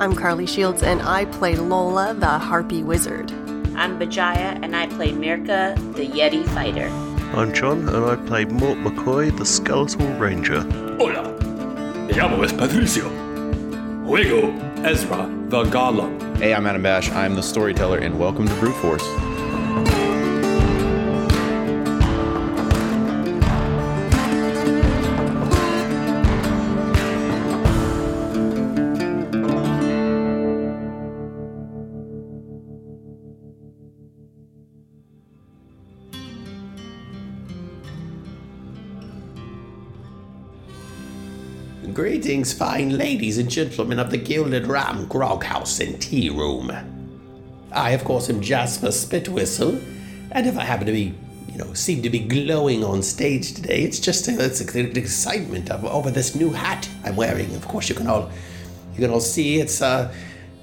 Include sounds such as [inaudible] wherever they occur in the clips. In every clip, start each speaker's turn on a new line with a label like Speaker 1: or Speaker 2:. Speaker 1: I'm Carly Shields, and I play Lola, the Harpy Wizard.
Speaker 2: I'm Bajaya, and I play Mirka, the Yeti fighter.
Speaker 3: I'm John, and I play Mort McCoy, the Skeletal Ranger.
Speaker 4: Hola, me llamo es Patricio. Juego Ezra the Golem.
Speaker 5: Hey, I'm Adam Bash. I'm the storyteller, and welcome to Brute Force.
Speaker 6: Greetings, fine ladies and gentlemen of the Gilded Ram Grog House and Tea Room. I, of course, am Jasper Spitwhistle, and if I happen to be, you know, seem to be glowing on stage today, it's just uh, it's the excitement of over this new hat I'm wearing. Of course, you can all you can all see it's. Uh,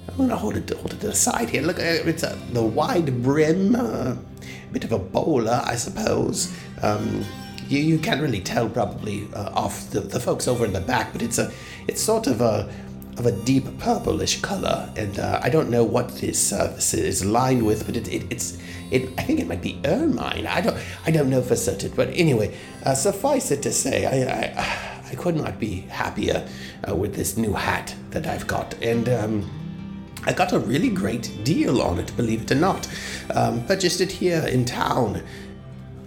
Speaker 6: I'm gonna hold it hold it to the side here. Look, uh, it's uh, the wide brim, uh, bit of a bowler, I suppose. Um, you, you can't really tell probably uh, off the, the folks over in the back, but it's a it's sort of a of a deep purplish color, and uh, I don't know what this uh, this is lined with, but it, it it's it I think it might be ermine. I don't I don't know for certain, but anyway, uh, suffice it to say, I. I I could not be happier uh, with this new hat that I've got, and um, I got a really great deal on it, believe it or not. Um, purchased it here in town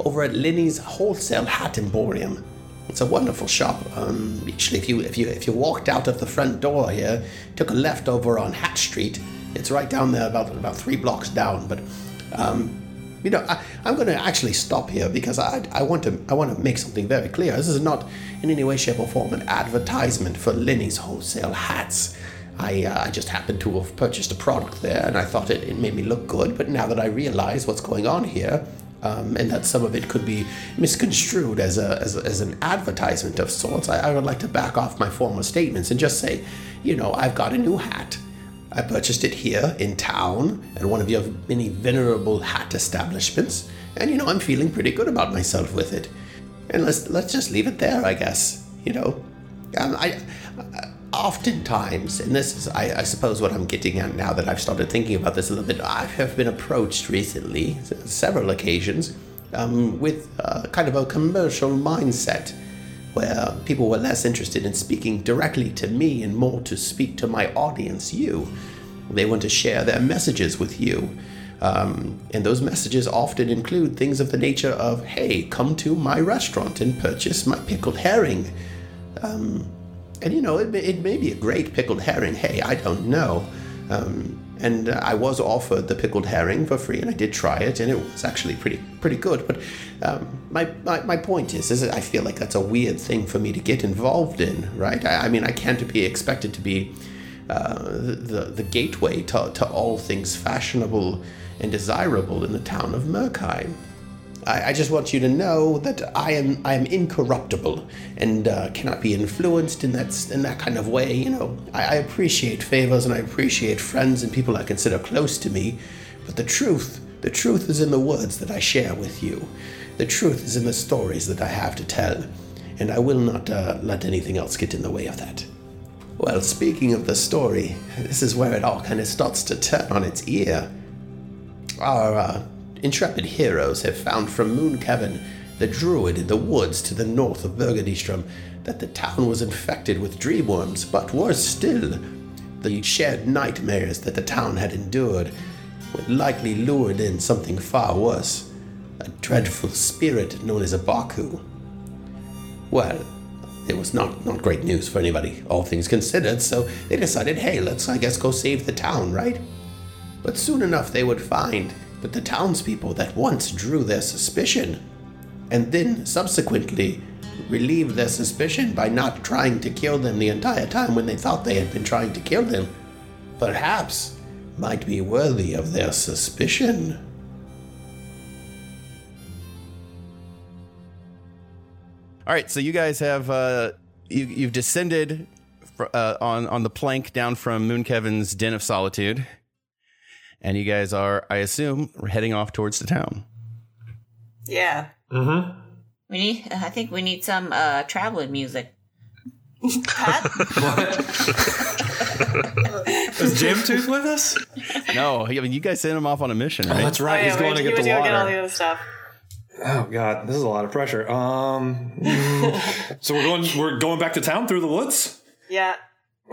Speaker 6: over at Lenny's Wholesale Hat Emporium. It's a wonderful shop. Um, actually, if you if you if you walked out of the front door here, took a left over on Hat Street, it's right down there, about about three blocks down. But um, you know, I, I'm going to actually stop here because I, I want to I want to make something very clear. This is not in any way, shape, or form an advertisement for Lenny's Wholesale Hats. I, uh, I just happened to have purchased a product there and I thought it, it made me look good, but now that I realize what's going on here, um, and that some of it could be misconstrued as, a, as, a- as an advertisement of sorts, I, I would like to back off my former statements and just say, you know, I've got a new hat. I purchased it here in town at one of your many venerable hat establishments, and you know, I'm feeling pretty good about myself with it. And let's, let's just leave it there, I guess, you know? Um, I, oftentimes, and this is, I, I suppose, what I'm getting at now that I've started thinking about this a little bit, I have been approached recently, s- several occasions, um, with uh, kind of a commercial mindset where people were less interested in speaking directly to me and more to speak to my audience, you. They want to share their messages with you. Um, and those messages often include things of the nature of, hey, come to my restaurant and purchase my pickled herring. Um, And you know, it may, it may be a great pickled herring. Hey, I don't know. Um, and uh, I was offered the pickled herring for free, and I did try it, and it was actually pretty pretty good. But um, my, my my point is, is that I feel like that's a weird thing for me to get involved in, right? I, I mean, I can't be expected to be uh, the the gateway to, to all things fashionable and desirable in the town of Merkheim. I, I just want you to know that I am I am incorruptible and uh, cannot be influenced in that s- in that kind of way. You know, I, I appreciate favors and I appreciate friends and people I consider close to me, but the truth the truth is in the words that I share with you. The truth is in the stories that I have to tell, and I will not uh, let anything else get in the way of that. Well, speaking of the story, this is where it all kind of starts to turn on its ear our uh, intrepid heroes have found from Moon Cavern, the druid in the woods to the north of Burgundystrom, that the town was infected with dreamworms, but worse still, the shared nightmares that the town had endured would likely lured in something far worse a dreadful spirit known as a Baku. Well, it was not, not great news for anybody, all things considered, so they decided, hey, let's, I guess, go save the town, right? But soon enough they would find that the townspeople that once drew their suspicion, and then subsequently relieved their suspicion by not trying to kill them the entire time when they thought they had been trying to kill them, perhaps might be worthy of their suspicion.
Speaker 5: All right, so you guys have uh, you, you've descended fr- uh, on on the plank down from Moon Kevin's den of solitude, and you guys are, I assume, heading off towards the town.
Speaker 2: Yeah.
Speaker 4: Mm-hmm.
Speaker 2: We need. I think we need some uh, traveling music. Pat?
Speaker 7: Is Jamtooth with us?
Speaker 5: [laughs] No, I mean you guys sent him off on a mission, right?
Speaker 7: That's right.
Speaker 8: Oh, yeah,
Speaker 7: He's going
Speaker 8: Oh, we-
Speaker 7: to
Speaker 8: he
Speaker 7: get
Speaker 8: was
Speaker 7: the
Speaker 8: gonna all
Speaker 7: water.
Speaker 8: the other stuff.
Speaker 7: Oh god, this is a lot of pressure. Um, [laughs] mm, so we're going we're going back to town through the woods.
Speaker 8: Yeah.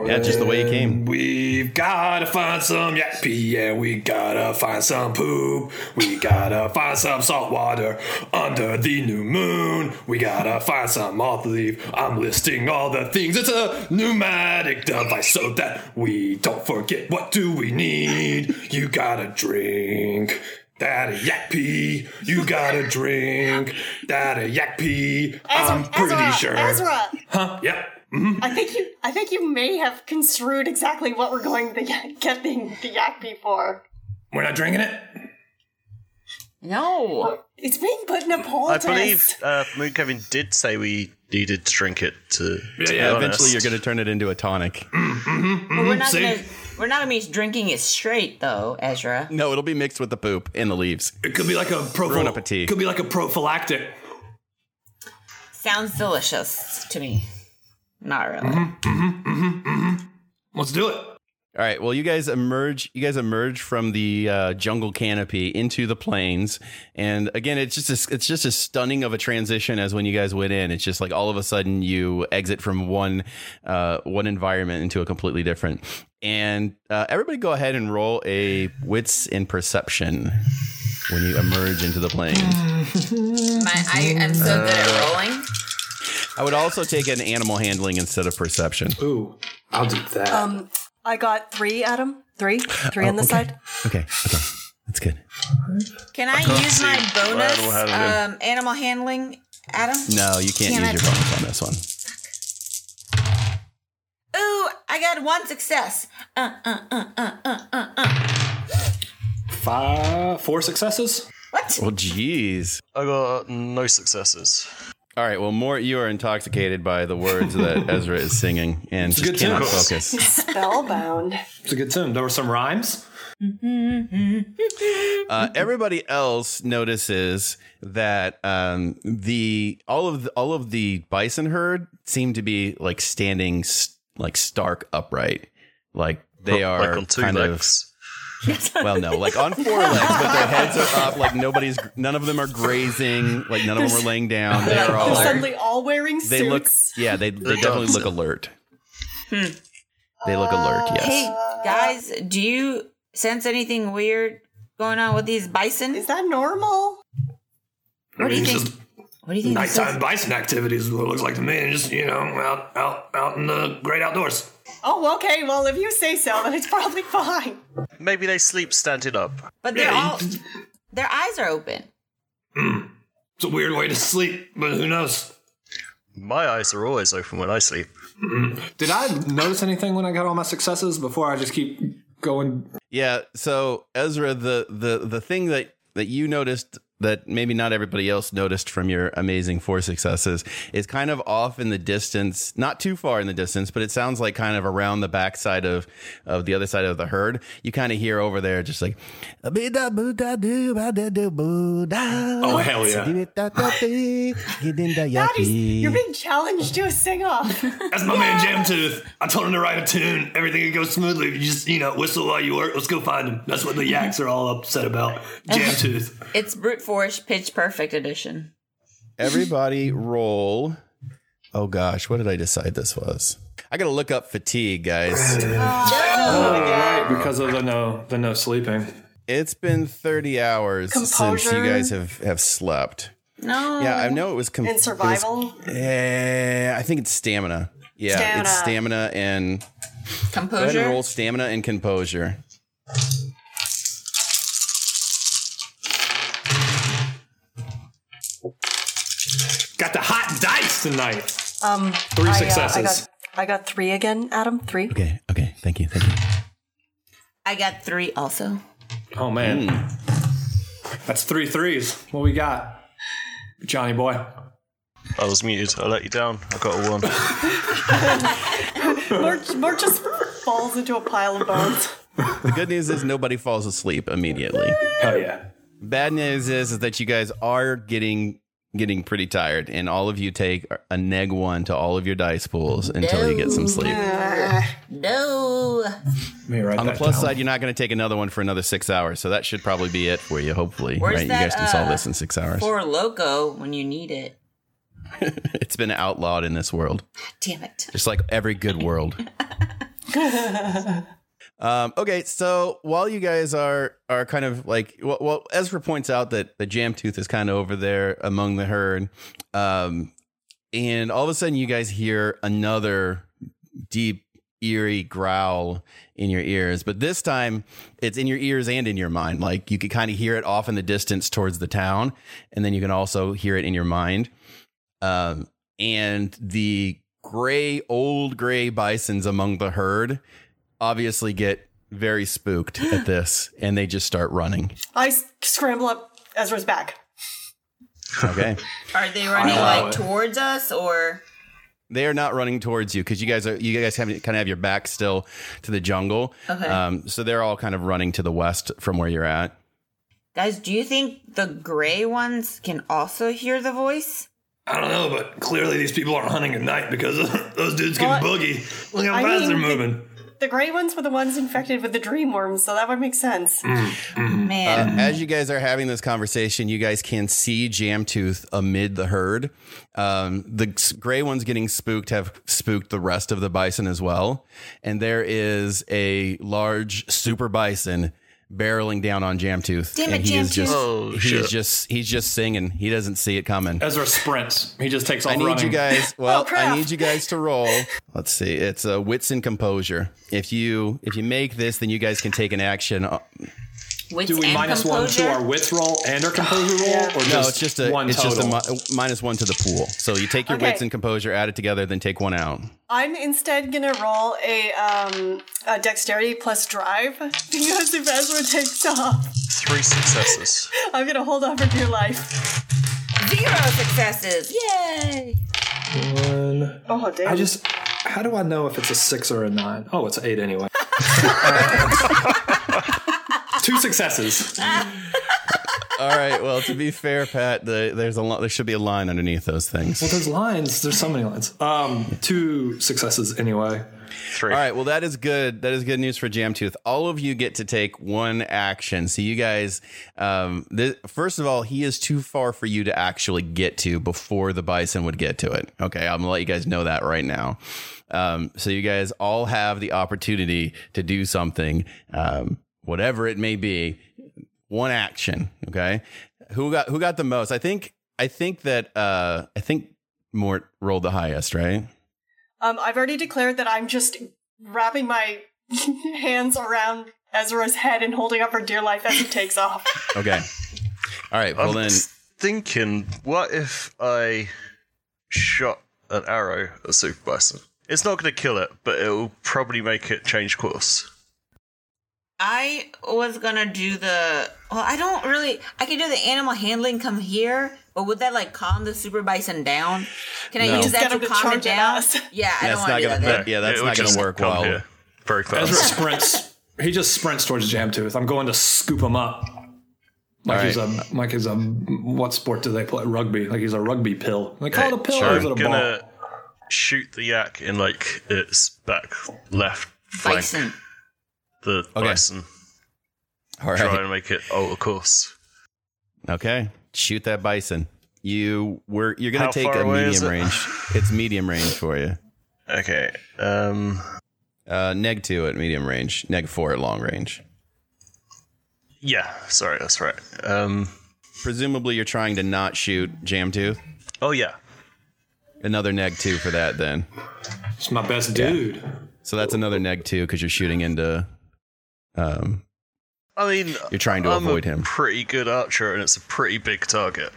Speaker 5: yeah, just the way he came.
Speaker 7: We've gotta find some yak pee, yeah. We gotta find some poop. We gotta find some salt water under the new moon. We gotta find some moth leaf. I'm listing all the things. It's a pneumatic device so that we don't forget what do we need. You gotta drink. That a yak pee. You gotta drink. That a yak pee. I'm pretty
Speaker 8: Ezra,
Speaker 7: sure.
Speaker 8: Ezra,
Speaker 7: Huh? mm-hmm. Yep.
Speaker 8: I think you. I think you may have construed exactly what we're going to get, getting the yak for.
Speaker 7: We're not drinking it?
Speaker 9: No.
Speaker 8: It's being put in a poll
Speaker 3: I
Speaker 8: test.
Speaker 3: believe uh, Moon Kevin did say we needed to drink it to. to
Speaker 7: yeah,
Speaker 3: be
Speaker 5: Eventually,
Speaker 3: honest.
Speaker 5: you're going to turn it into a tonic.
Speaker 9: But we're not
Speaker 7: see?
Speaker 9: gonna we're not gonna be drinking it straight though, Ezra.
Speaker 5: No, it'll be mixed with the poop and the leaves.
Speaker 7: It could be like a
Speaker 5: Ruin up a tea.
Speaker 7: prophyl- could be like a prophylactic.
Speaker 9: Sounds delicious to me. Not really.
Speaker 7: Let's do it.
Speaker 5: All right. Well, you guys emerge. You guys emerge from the uh, jungle canopy into the plains, and again, it's just a, it's just as stunning of a transition as when you guys went in. It's just like all of a sudden you exit from one uh, one environment into a completely different. And uh, everybody, go ahead and roll a wits and perception when you emerge into the plains.
Speaker 9: [laughs] My, I am so good at rolling.
Speaker 5: I would also take an animal handling instead of perception.
Speaker 7: Ooh, I'll do that.
Speaker 1: Um, I got three, Adam. Three, three on this side.
Speaker 5: Oh, Okay. Okay. That's good.
Speaker 9: Can I use my bonus
Speaker 3: Well, I don't have
Speaker 9: um, animal handling, Adam?
Speaker 5: No, you can't
Speaker 9: Damn it.
Speaker 5: use your bonus on this one.
Speaker 9: Ooh, I got one success. Uh, uh, uh, uh, uh, uh, uh.
Speaker 7: Five, four successes.
Speaker 9: What?
Speaker 5: Well, Oh, jeez.
Speaker 3: I got no successes.
Speaker 5: All right. Well, Mort, you are intoxicated by the
Speaker 1: [laughs]
Speaker 5: words that Ezra is singing and
Speaker 7: a
Speaker 5: just
Speaker 7: good
Speaker 5: cannot
Speaker 7: tune.
Speaker 5: focus.
Speaker 8: Spellbound.
Speaker 7: It's a good tune. There were some rhymes.
Speaker 8: Mm-hmm.
Speaker 5: Uh, everybody else notices that um, the all of the, all of the bison herd seem to be like standing s like stark upright, like they are
Speaker 3: like on two
Speaker 5: kind of
Speaker 3: legs.
Speaker 5: [laughs] Well, no, like on
Speaker 8: [laughs]
Speaker 5: four legs, but their heads are up. Like nobody's, none of them are grazing. Like none of them are laying down.
Speaker 8: [laughs]
Speaker 5: They're all,
Speaker 8: They're suddenly all wearing suits. Hmm.
Speaker 5: they look, yeah, they, they definitely look alert. They look alert.
Speaker 9: Uh,
Speaker 5: Yes.
Speaker 9: Hey, guys, do you sense anything weird going on with these bison?
Speaker 8: Is that normal?
Speaker 9: What do you think?
Speaker 7: just
Speaker 9: What do you think? this is?
Speaker 7: nighttime bison activities is what it looks like to me. Just you know, out, out, out in the great outdoors.
Speaker 8: Oh, okay. Well, if you say so, then it's probably fine.
Speaker 3: Maybe they sleep standing up.
Speaker 9: But they're
Speaker 7: Yeah,
Speaker 9: all,
Speaker 7: you-
Speaker 9: their eyes are open.
Speaker 7: It's a weird way to sleep, but who knows?
Speaker 3: My eyes are always open when I sleep.
Speaker 7: Mm-hmm. Did I notice anything when I got all my successes before I just keep going?
Speaker 5: Yeah. So Ezra, the the the thing that that you noticed that maybe not everybody else noticed from your amazing four successes is kind of off in the distance, not too far in the distance, but it sounds like kind of around the backside of of the other side of the herd. You kind of hear over there, just like. Oh
Speaker 7: hell yeah.
Speaker 8: Daddy's, you're being challenged to a sing-off.
Speaker 7: That's my man Jamtooth. I told him to write a tune. Everything would go smoothly. You just you know whistle while you work. Let's go find him. That's what the
Speaker 9: Mm-hmm.
Speaker 7: yaks are all upset about. Jamtooth.
Speaker 9: It's brute force, pitch perfect edition.
Speaker 5: Everybody roll. Oh gosh, what did I decide this was? I gotta look up
Speaker 8: [sighs]
Speaker 5: fatigue, guys.
Speaker 7: right, because of the no the no sleeping.
Speaker 5: It's been 30 hours since you
Speaker 8: Composure.
Speaker 5: guys have, have slept.
Speaker 9: No.
Speaker 5: Yeah, I know it was com-
Speaker 8: In survival,
Speaker 5: it was- eh, I think it's stamina. Yeah, it's stamina and go ahead and
Speaker 9: Composure.
Speaker 5: roll stamina and composure.
Speaker 7: Got the hot dice tonight.
Speaker 1: [laughs] Um,
Speaker 7: Three
Speaker 1: I, uh, I,
Speaker 7: successes.
Speaker 1: got, I got three again, Adam. Three.
Speaker 5: Okay, okay, thank you, thank you.
Speaker 9: I got three also.
Speaker 7: Oh man, that's three threes. What we got, Johnny boy?
Speaker 3: I was muted. I let you down. I got
Speaker 7: [laughs]
Speaker 3: a one.
Speaker 8: [laughs] Mort, Mort just falls into a pile of bones.
Speaker 5: The good news is nobody falls asleep immediately.
Speaker 7: Hell Oh, yeah.
Speaker 5: Bad news is, is that you guys are getting getting pretty tired, and all of you take a neg one to all of your dice pools until you get some sleep.
Speaker 9: No.
Speaker 7: Let me write
Speaker 5: On the
Speaker 7: that
Speaker 5: plus
Speaker 7: down.
Speaker 5: side, you're not going to take another one for another six hours, so that should probably be it for you. Hopefully,
Speaker 9: Where's
Speaker 5: right? you
Speaker 9: that,
Speaker 5: guys can solve
Speaker 9: uh,
Speaker 5: this in six hours.
Speaker 9: For loco when you need it.
Speaker 5: [laughs] it's been outlawed in this world,
Speaker 9: Damn it.
Speaker 5: just like every good world. um, okay, so while you guys are are kind of like, well, well Ezra points out that the Jamtooth is kind of over there among the herd, um, and all of a sudden you guys hear another deep, eerie growl in your ears, but this time it's in your ears and in your mind. Like you can kind of hear it off in the distance towards the town, and then you can also hear it in your mind. Um, and the gray, old gray bisons among the herd obviously get very spooked at this and they just start running.
Speaker 8: I s- scramble up Ezra's back.
Speaker 5: Okay.
Speaker 9: Are they running
Speaker 7: allow
Speaker 9: like
Speaker 7: it.
Speaker 9: towards us or
Speaker 5: they are not running towards you because you guys are you guys have kind of have your back still to the jungle.
Speaker 9: Okay.
Speaker 5: Um, so they're all kind of running to the west from where you're at.
Speaker 9: guys, do you think the gray ones can also hear the voice?
Speaker 7: I don't know, but clearly these people aren't hunting at night because
Speaker 4: [laughs]
Speaker 7: those dudes can
Speaker 8: Well,
Speaker 7: boogie. Look how
Speaker 8: I
Speaker 7: fast
Speaker 8: mean, the-
Speaker 7: they're moving.
Speaker 8: The gray ones were the ones infected with the dream worm, so that would make sense.
Speaker 7: Mm-hmm.
Speaker 5: Uh,
Speaker 7: Uh-huh.
Speaker 9: Man.
Speaker 5: as you guys are having this conversation, you guys can see Jamtooth amid the herd. Um, the s- gray ones getting spooked have spooked the rest of the bison as well. And there is a large super bison barreling down on Jamtooth.
Speaker 9: Damn it,
Speaker 5: and he is just
Speaker 9: Jamtooth.
Speaker 3: Oh,
Speaker 5: he's
Speaker 3: shit.
Speaker 5: just he's just singing. He doesn't see it coming.
Speaker 4: Ezra sprints. He just takes off
Speaker 5: I need
Speaker 4: running.
Speaker 9: [laughs]
Speaker 8: [laughs]
Speaker 5: you guys.
Speaker 9: Oh,
Speaker 5: Well, I
Speaker 8: crap.
Speaker 5: need you guys to roll. Let's see. It's uh, wits and composure. If you if you make this, then you guys can take an action. Uh,
Speaker 9: Wits
Speaker 4: Do we
Speaker 9: and
Speaker 4: minus one
Speaker 9: composure?
Speaker 4: to our wits roll and our composure roll, or just
Speaker 5: No, it's just a
Speaker 4: one
Speaker 5: it's
Speaker 4: total?
Speaker 5: just a mi- minus one to the pool. So you take your
Speaker 8: Okay.
Speaker 5: wits and composure, add it together, then take one out.
Speaker 8: I'm instead gonna roll a, um, a dexterity plus drive [laughs] because if Ezra takes off,
Speaker 3: Three successes.
Speaker 8: I'm gonna hold on for dear life.
Speaker 9: Zero successes. Yay.
Speaker 4: One.
Speaker 8: Oh damn!
Speaker 4: I just. How do I know if it's a six or a nine? Oh, it's an
Speaker 8: [laughs]
Speaker 4: eight anyway. Two successes.
Speaker 5: [laughs] All right. Well, to be fair, Pat, the, there's a lot. There should be a line underneath those
Speaker 4: Well,
Speaker 5: things.
Speaker 4: there's lines. There's so many lines. Um, two successes anyway.
Speaker 3: Three.
Speaker 5: All right. Well, that is good. That is good news for Jamtooth. All of you get to take one action. So you guys, um, th- first of all, he is too far for you to actually get to before the bison would get to it. Okay, I'm gonna let you guys know that right now. Um, so you guys all have the opportunity to do something, um, whatever it may be. One action. Okay. Who got who got the most? I think I think that uh, I think Mort rolled the highest, right?
Speaker 8: Um, I've already declared that I'm just wrapping my [laughs] hands around Ezra's head and holding up for dear life as he takes off.
Speaker 9: [laughs]
Speaker 5: Okay. All right. Well
Speaker 3: I'm
Speaker 5: then.
Speaker 3: just thinking, what if I shot an arrow at Super Bison? It's not going to kill it, but it will probably make it change course.
Speaker 9: I was gonna do the. Well, I don't really. I could do the animal handling come here, but would that like calm the super bison down? Can I
Speaker 5: No.
Speaker 9: use that
Speaker 8: Just get
Speaker 9: to
Speaker 8: him to
Speaker 9: calm it
Speaker 8: charge at
Speaker 9: down?
Speaker 8: us.
Speaker 9: [laughs] Yeah, I
Speaker 5: That's
Speaker 9: don't want
Speaker 5: not
Speaker 9: to do
Speaker 5: gonna-
Speaker 9: that. then.
Speaker 5: that- yeah, that's
Speaker 3: It will
Speaker 5: not gonna
Speaker 3: just
Speaker 5: work
Speaker 3: come
Speaker 5: well.
Speaker 3: here Very fast.
Speaker 4: Ezra sprints. He just sprints towards Jamtooth. I'm going to scoop him up. Like
Speaker 5: All
Speaker 4: he's a like he's a what sport do they play? Rugby. Like he's a rugby pill. They call it a pill
Speaker 3: So
Speaker 4: or is it a
Speaker 3: I'm
Speaker 4: ball?
Speaker 3: gonna shoot the yak in like its back left flank.
Speaker 9: Bison.
Speaker 3: The bison.
Speaker 5: All right.
Speaker 3: Try and make it alter course.
Speaker 5: Okay. Shoot that bison. You were you're gonna
Speaker 3: How
Speaker 5: take
Speaker 3: far
Speaker 5: a
Speaker 3: away is
Speaker 5: medium
Speaker 3: it?
Speaker 5: range. It's medium range for you.
Speaker 3: Okay. Um.
Speaker 5: Uh, neg two at medium range. Neg four at long range.
Speaker 3: Yeah. Sorry, that's right. Um.
Speaker 5: Presumably you're trying to not shoot Jamtooth.
Speaker 3: Oh yeah.
Speaker 5: Another neg two for that then.
Speaker 4: It's my best dude.
Speaker 5: So that's another neg two because you're shooting into. Um.
Speaker 3: I mean,
Speaker 5: You're trying to
Speaker 3: I'm
Speaker 5: avoid
Speaker 3: a
Speaker 5: him.
Speaker 3: Pretty good archer, and it's a pretty big target.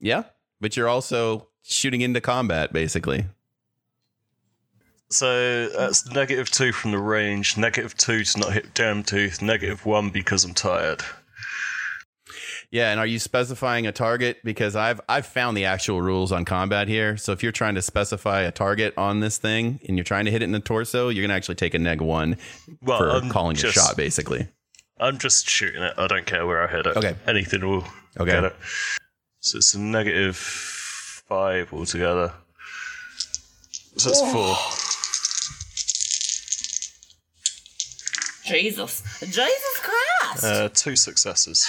Speaker 5: Yeah, but you're also shooting into combat basically.
Speaker 3: So that's negative two from the range, negative two to not hit damn tooth, negative one because I'm tired.
Speaker 5: Yeah, and are you specifying a target? Because I've I've found the actual rules on combat here. So if you're trying to specify a target on this thing and you're trying to hit it in the torso, you're gonna actually take a neg one
Speaker 3: Well,
Speaker 5: for
Speaker 3: I'm
Speaker 5: calling
Speaker 3: just,
Speaker 5: a shot, basically.
Speaker 3: I'm just shooting it. I don't care where I hit it.
Speaker 5: Okay.
Speaker 3: Anything will
Speaker 5: Okay.
Speaker 3: get it. So it's a negative five altogether. So that's four.
Speaker 9: Jesus. Jesus Christ!
Speaker 3: Uh, two successes.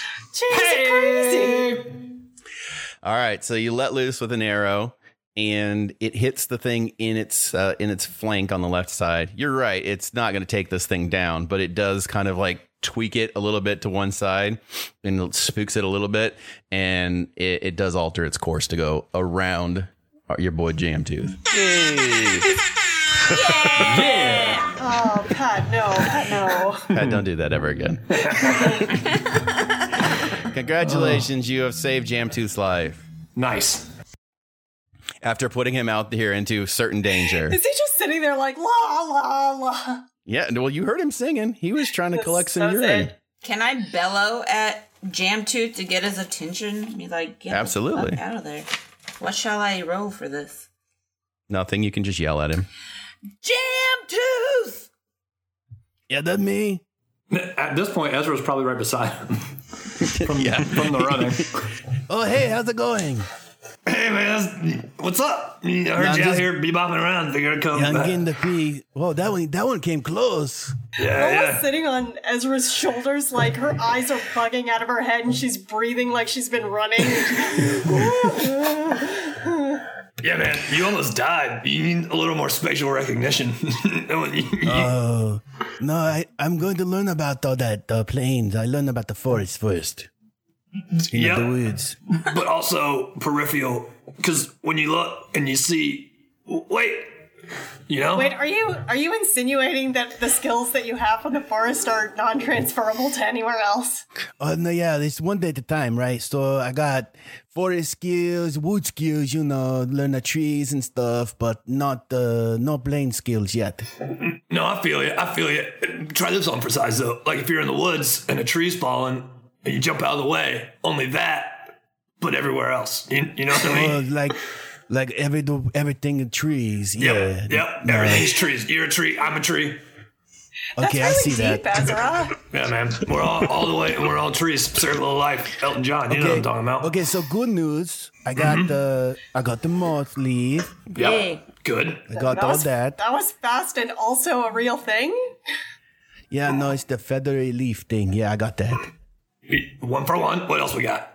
Speaker 4: All right, so you let loose with an arrow, and it hits the thing in its uh, in its flank on the left side. You're right; it's not going to take this thing down, but it does kind of like tweak it a little bit to one side, and it spooks it a little bit, and it, it does alter its course to go around uh, your boy Jamtooth.
Speaker 8: Oh, Pat, no, Pat, no.
Speaker 4: Pat, Uh, don't do that ever
Speaker 5: [laughs]
Speaker 4: again. Congratulations, you have saved Jamtooth's life
Speaker 7: Nice.
Speaker 4: after putting him out here into
Speaker 8: [laughs]
Speaker 4: certain danger.
Speaker 8: Is he just sitting there like la la la?
Speaker 4: Yeah, well, you heard him singing. He was trying to collect some
Speaker 8: That's
Speaker 4: urine.
Speaker 8: it.
Speaker 9: Can I bellow at Jamtooth to get his attention? Be like, get the
Speaker 4: Absolutely.
Speaker 9: fuck out of there. What shall I roll for this?
Speaker 4: Nothing. You can just yell at him.
Speaker 9: Jamtooth!
Speaker 4: Yeah, that's me.
Speaker 7: At this point, Ezra's probably right beside him from, from the running.
Speaker 4: Oh, hey, how's it going?
Speaker 7: hey, man, what's up? I heard
Speaker 4: I'm
Speaker 7: you out
Speaker 4: just-
Speaker 7: here bebopping around. Figured I'd come. back.
Speaker 4: the pee. Whoa, that one, that one came close.
Speaker 7: yeah,
Speaker 8: Nora's
Speaker 7: yeah.
Speaker 8: sitting on Ezra's shoulders, like her eyes are bugging out of her head, and she's breathing like she's been running.
Speaker 7: [laughs] Yeah, man, you almost died. You need a little more spatial recognition. [laughs]
Speaker 4: Oh, no, I, I'm going to learn about all that uh, plains. I learned about the forest first. You
Speaker 7: know, the
Speaker 4: woods.
Speaker 7: but also peripheral, because when you look and you see, wait, you know,
Speaker 8: Wait, are you are you insinuating that the skills that you have from the forest are non-transferable to anywhere else?
Speaker 4: Oh no, yeah, it's one day at a time, right? So I got forest skills, wood skills, you know, learn the trees and stuff, but not uh, no plane skills yet.
Speaker 7: no, I feel you, I feel you. Try this on for size though. Like if you're in the woods and a tree's falling and you jump out of the way, only that, but everywhere else. You, you know what I
Speaker 4: Oh,
Speaker 7: mean?
Speaker 4: like like every everything trees.
Speaker 7: Yep,
Speaker 4: yeah.
Speaker 7: yep. Everything's trees. You're a tree. I'm a tree.
Speaker 8: That's
Speaker 4: Okay,
Speaker 8: really
Speaker 4: I see
Speaker 8: deep,
Speaker 4: that.
Speaker 8: Ezra.
Speaker 7: [laughs] Yeah, man. We're all, all the way. We're all trees. Circle of life. Elton John. You know what I'm talking about. Mm-hmm.
Speaker 4: Okay, so good news. I got the I got the moth leaf.
Speaker 7: Yep.
Speaker 9: Yay.
Speaker 7: Good.
Speaker 4: I got all
Speaker 8: was,
Speaker 4: that.
Speaker 8: That was fast and also a real thing.
Speaker 4: Yeah, no, it's the feathery leaf thing. Yeah, I got that.
Speaker 7: One for one. What else we got?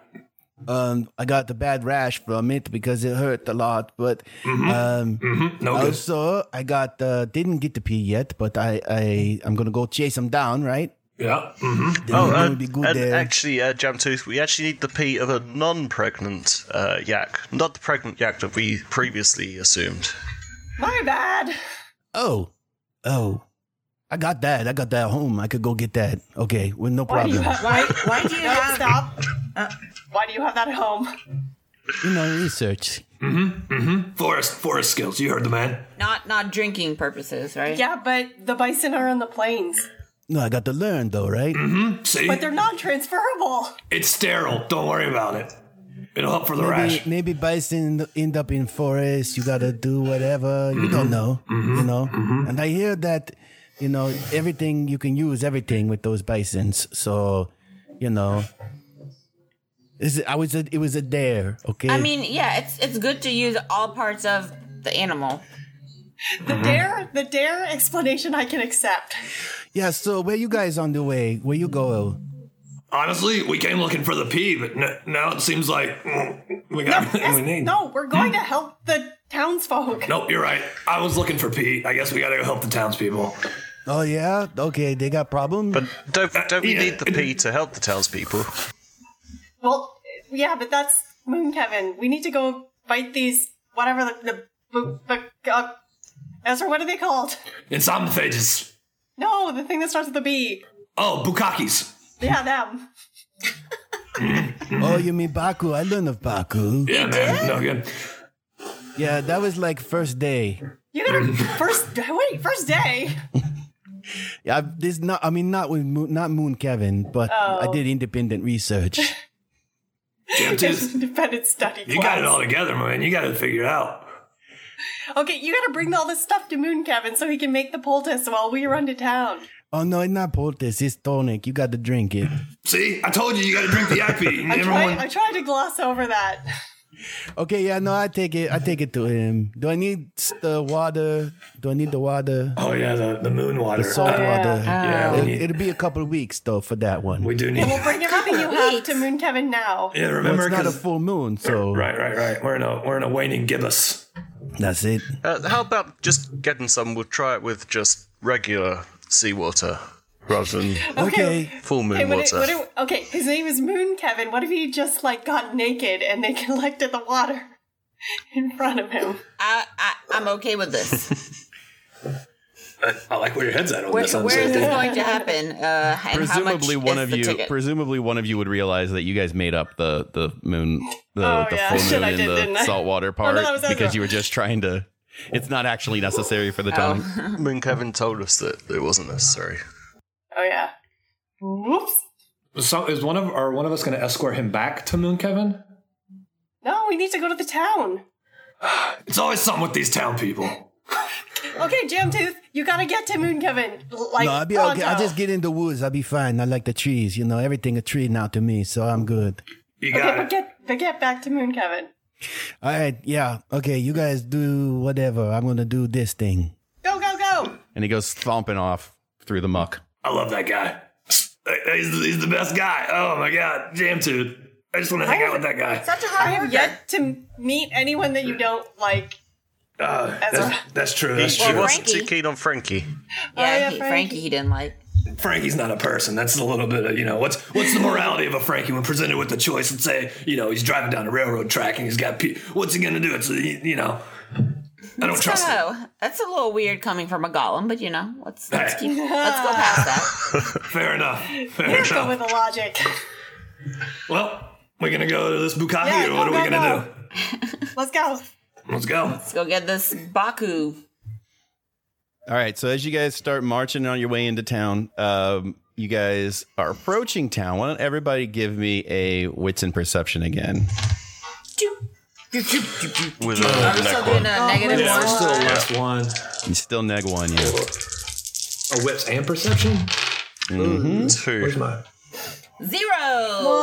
Speaker 4: Um, I got the bad rash from it because it hurt a lot. But um,
Speaker 7: Mm-hmm. No good.
Speaker 4: also, I got uh, didn't get the pee yet, but I I I'm gonna go chase him down. Right?
Speaker 7: Yeah. hmm
Speaker 4: Then
Speaker 3: Oh,
Speaker 4: we're gonna
Speaker 3: and,
Speaker 4: be good
Speaker 3: and
Speaker 4: there.
Speaker 3: actually, uh, Jamtooth, we actually need the pee of a non-pregnant uh, yak, not the pregnant yak that we previously assumed.
Speaker 8: My bad.
Speaker 4: oh, oh, I got that. I got that at home. I could go get that. Okay, with no
Speaker 8: Why do you
Speaker 4: problem.
Speaker 8: have?
Speaker 9: Why, why do you
Speaker 8: No,
Speaker 9: have...
Speaker 8: stop. Why do you have that at home?
Speaker 4: You know, research.
Speaker 7: Mm-hmm, Forest. Forest skills. You heard the man.
Speaker 9: Not, not drinking purposes, right?
Speaker 8: Yeah, but the bison are on the plains,
Speaker 4: No, I got to learn though, right?
Speaker 7: See,
Speaker 8: but they're non-transferable.
Speaker 7: it's sterile. Don't worry about it. It'll help for the
Speaker 4: Maybe,
Speaker 7: rash.
Speaker 4: maybe bison end up in forest. You gotta do whatever. You
Speaker 7: Mm-hmm.
Speaker 4: don't know, you know. And I hear that, you know, everything you can use everything with those bisons. So, you know, is I was a, it was a dare. Okay.
Speaker 9: I mean, yeah, it's, it's good to use all parts of the animal.
Speaker 8: The
Speaker 7: Mm-hmm.
Speaker 8: dare, the dare explanation I can accept.
Speaker 4: yeah. So where you guys on the way? Where you go?
Speaker 7: Honestly, we came looking for the pee, but n- now it seems like mm, [laughs] we got everything
Speaker 8: Yes,
Speaker 7: we need.
Speaker 8: no, we're going to help the townsfolk.
Speaker 7: Nope, you're right. I was looking for pee. I guess we gotta go help the townspeople.
Speaker 4: Oh yeah. Okay, they got problem.
Speaker 3: But don't don't we
Speaker 7: Uh, yeah.
Speaker 3: need the pee to help the townspeople?
Speaker 8: Well, yeah, but that's Moon Kevin. We need to go fight these whatever the the, the, the uh, Ezra. What are they called?
Speaker 7: Insomnophages.
Speaker 8: No, the thing that starts with a B.
Speaker 7: Oh, bukakis.
Speaker 8: Yeah, them.
Speaker 4: oh, you mean Baku? I learned of Baku.
Speaker 7: Yeah, man. No good.
Speaker 4: Yeah, that was like first day.
Speaker 8: You gotta
Speaker 7: Mm. [laughs]
Speaker 8: first wait. First day.
Speaker 4: Yeah, I- this not. I mean, not with Moon, not Moon Kevin, but I
Speaker 8: Oh.
Speaker 4: did independent
Speaker 7: [laughs]
Speaker 4: research.
Speaker 8: [laughs]
Speaker 7: Jamtooth,
Speaker 8: Independent study.
Speaker 7: you got it
Speaker 8: class.
Speaker 7: all together, man. You got it figured out.
Speaker 8: Okay, you gotta bring all this stuff to Moon Kevin so he can make the poultice while we run to town.
Speaker 5: Oh no, it's not poultice. It's tonic. You got to drink it.
Speaker 7: See, I told you you gotta drink the IP. And
Speaker 8: I tried,
Speaker 7: everyone,
Speaker 8: I tried to gloss over
Speaker 7: [laughs]
Speaker 8: that.
Speaker 5: Okay, yeah, no, I take it. I take it to him. Do I need the water? Do I need the water?
Speaker 7: oh yeah, the, the moon water.
Speaker 5: The salt
Speaker 7: Uh,
Speaker 5: water.
Speaker 7: yeah, we,
Speaker 5: It,
Speaker 7: need,
Speaker 5: it'll be a couple of weeks though for that one.
Speaker 7: we [laughs] do need.
Speaker 8: We'll bring everything you have to Moon Kevin now.
Speaker 7: Yeah,
Speaker 5: Well,
Speaker 7: remember?
Speaker 5: it's not a
Speaker 7: 'cause-
Speaker 5: full moon, so
Speaker 7: right, right, right. We're in a we're in a waning gibbous.
Speaker 5: that's it.
Speaker 3: Uh, how about just getting some? We'll try it with just regular seawater
Speaker 8: [laughs]
Speaker 3: rather than
Speaker 5: Okay.
Speaker 3: full moon
Speaker 8: Hey, what if-
Speaker 3: water.
Speaker 8: what if- okay, his name is Moon Kevin. What if he just like got naked and they [laughs] collected the water in front of him?
Speaker 9: I, I I'm okay with this.
Speaker 7: I, [laughs] I like where your head's at on
Speaker 9: Where,
Speaker 7: this. I'm
Speaker 9: where is
Speaker 7: saying.
Speaker 9: this going to happen? Uh, and
Speaker 5: Presumably
Speaker 9: how much
Speaker 5: one
Speaker 9: is
Speaker 5: of
Speaker 9: the
Speaker 5: you
Speaker 9: Ticket?
Speaker 5: presumably one of you would realize that you guys made up the the moon the,
Speaker 8: Oh,
Speaker 5: the
Speaker 8: yeah. [laughs]
Speaker 5: full
Speaker 8: Shit,
Speaker 5: moon
Speaker 8: I
Speaker 5: and
Speaker 8: did, didn't
Speaker 5: the
Speaker 8: I? Oh,
Speaker 5: saltwater
Speaker 8: no,
Speaker 5: part
Speaker 8: that was
Speaker 5: because
Speaker 8: Ezra.
Speaker 5: you were just trying to it's not actually necessary for the tonic.
Speaker 3: Oh. [laughs] Moon Kevin told us that it wasn't necessary.
Speaker 8: Oh yeah. Whoops.
Speaker 4: So is one of are one of us going to escort him back to Moon Kevin?
Speaker 8: No, we need to go to the town.
Speaker 7: It's always something with these town people.
Speaker 8: Okay, Jamtooth, you gotta get to Moon Kevin. Like,
Speaker 5: no, I'll be okay. I'll just get in the woods. I'll be fine. I like the trees. You know, everything a tree now to me, so I'm good.
Speaker 7: You
Speaker 8: Okay,
Speaker 7: got
Speaker 8: but
Speaker 7: it.
Speaker 8: get but get back to Moon Kevin.
Speaker 5: All right, yeah, okay. You guys do whatever. I'm gonna do this thing.
Speaker 8: Go go go!
Speaker 5: And he goes thumping off through the muck.
Speaker 7: I love that guy. Uh, He's, he's the best guy. Oh my god, Jamtooth. I just want to hang out with that guy.
Speaker 9: Such a
Speaker 8: I
Speaker 9: hard
Speaker 8: have yet to meet anyone that you don't like.
Speaker 7: Uh,
Speaker 8: Ezra.
Speaker 7: that's, that's true.
Speaker 3: He,
Speaker 7: That's
Speaker 3: he
Speaker 7: true.
Speaker 3: wasn't too
Speaker 9: Frankie.
Speaker 3: keen on Frankie.
Speaker 9: Oh, Yeah,
Speaker 8: Oh, yeah,
Speaker 9: he,
Speaker 8: Frankie.
Speaker 9: Frankie. he didn't like.
Speaker 7: Frankie's not a person. That's a little bit of you know what's what's the morality of a Frankie when presented with the choice? Let's say you know he's driving down a railroad track and he's got pe- what's he gonna do? It's you you know I don't trust him.
Speaker 9: So Oh, that's a little weird coming from a golem, but you know, let's let's
Speaker 8: [laughs]
Speaker 7: Hey.
Speaker 9: keep let's go past
Speaker 7: [laughs]
Speaker 9: that.
Speaker 7: Fair enough. Fair
Speaker 8: Let's go
Speaker 7: enough.
Speaker 8: with
Speaker 9: [laughs]
Speaker 8: the logic.
Speaker 7: well, we're gonna go to this bukkake
Speaker 8: Yeah,
Speaker 7: or
Speaker 8: go,
Speaker 7: what are
Speaker 8: go,
Speaker 7: we gonna
Speaker 8: go. Let's go.
Speaker 7: do? Let's go.
Speaker 9: Let's go get this Baku.
Speaker 5: All right, so as you guys start marching on your way into town, um, you guys are approaching town. Why don't everybody give me a wits and perception again?
Speaker 3: With
Speaker 9: I'm
Speaker 3: a
Speaker 9: still
Speaker 3: neck
Speaker 9: doing
Speaker 3: one.
Speaker 9: a negative
Speaker 4: Yeah,
Speaker 9: one.
Speaker 4: we're still last one.
Speaker 5: You still neg one, yeah.
Speaker 4: A whips and perception.
Speaker 5: Mm-hmm.
Speaker 4: Where's
Speaker 3: Two.
Speaker 4: my?
Speaker 9: Zero.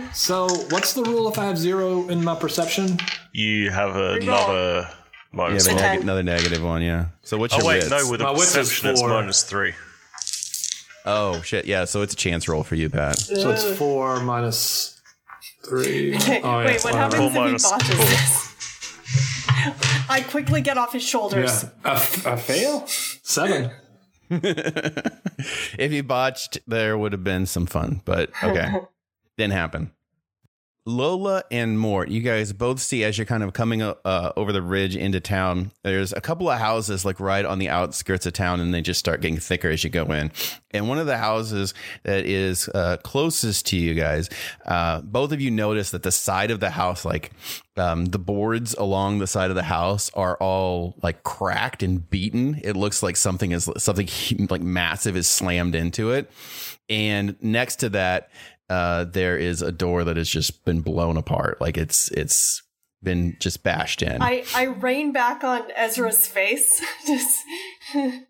Speaker 8: On.
Speaker 4: So what's the rule if I have zero in my perception?
Speaker 3: You have
Speaker 5: Uh,
Speaker 3: another minus
Speaker 5: Yeah,
Speaker 3: one.
Speaker 5: but neg- another negative one, yeah. So what's
Speaker 3: Oh
Speaker 5: your
Speaker 3: wait,
Speaker 5: wits?
Speaker 3: no, with a
Speaker 4: My wits is
Speaker 3: perception it's
Speaker 4: four.
Speaker 3: minus three.
Speaker 5: oh shit, yeah. So it's a chance roll for you, Pat.
Speaker 4: So it's four minus three. Oh,
Speaker 8: [laughs]
Speaker 4: yeah,
Speaker 8: Wait, what
Speaker 4: wow.
Speaker 8: happens if he
Speaker 3: minus
Speaker 8: botches this? [laughs] I quickly get off his shoulders.
Speaker 4: Yeah, I, f- I fail. Seven.
Speaker 5: [laughs] if you botched, there would have been some fun, but okay. Didn't happen. Lola and Mort, you guys both see as you're kind of coming uh, uh, over the ridge into town, there's a couple of houses like right on the outskirts of town, and they just start getting thicker as you go in. And one of the houses that is uh, closest to you guys, uh, both of you notice that the side of the house, like um, the boards along the side of the house, are all like cracked and beaten. It looks like something is something [laughs] like massive is slammed into it. And next to that, uh, there is a door that has just been blown apart. Like it's it's been just bashed in.
Speaker 8: I, I rain back on Ezra's face, [laughs] just to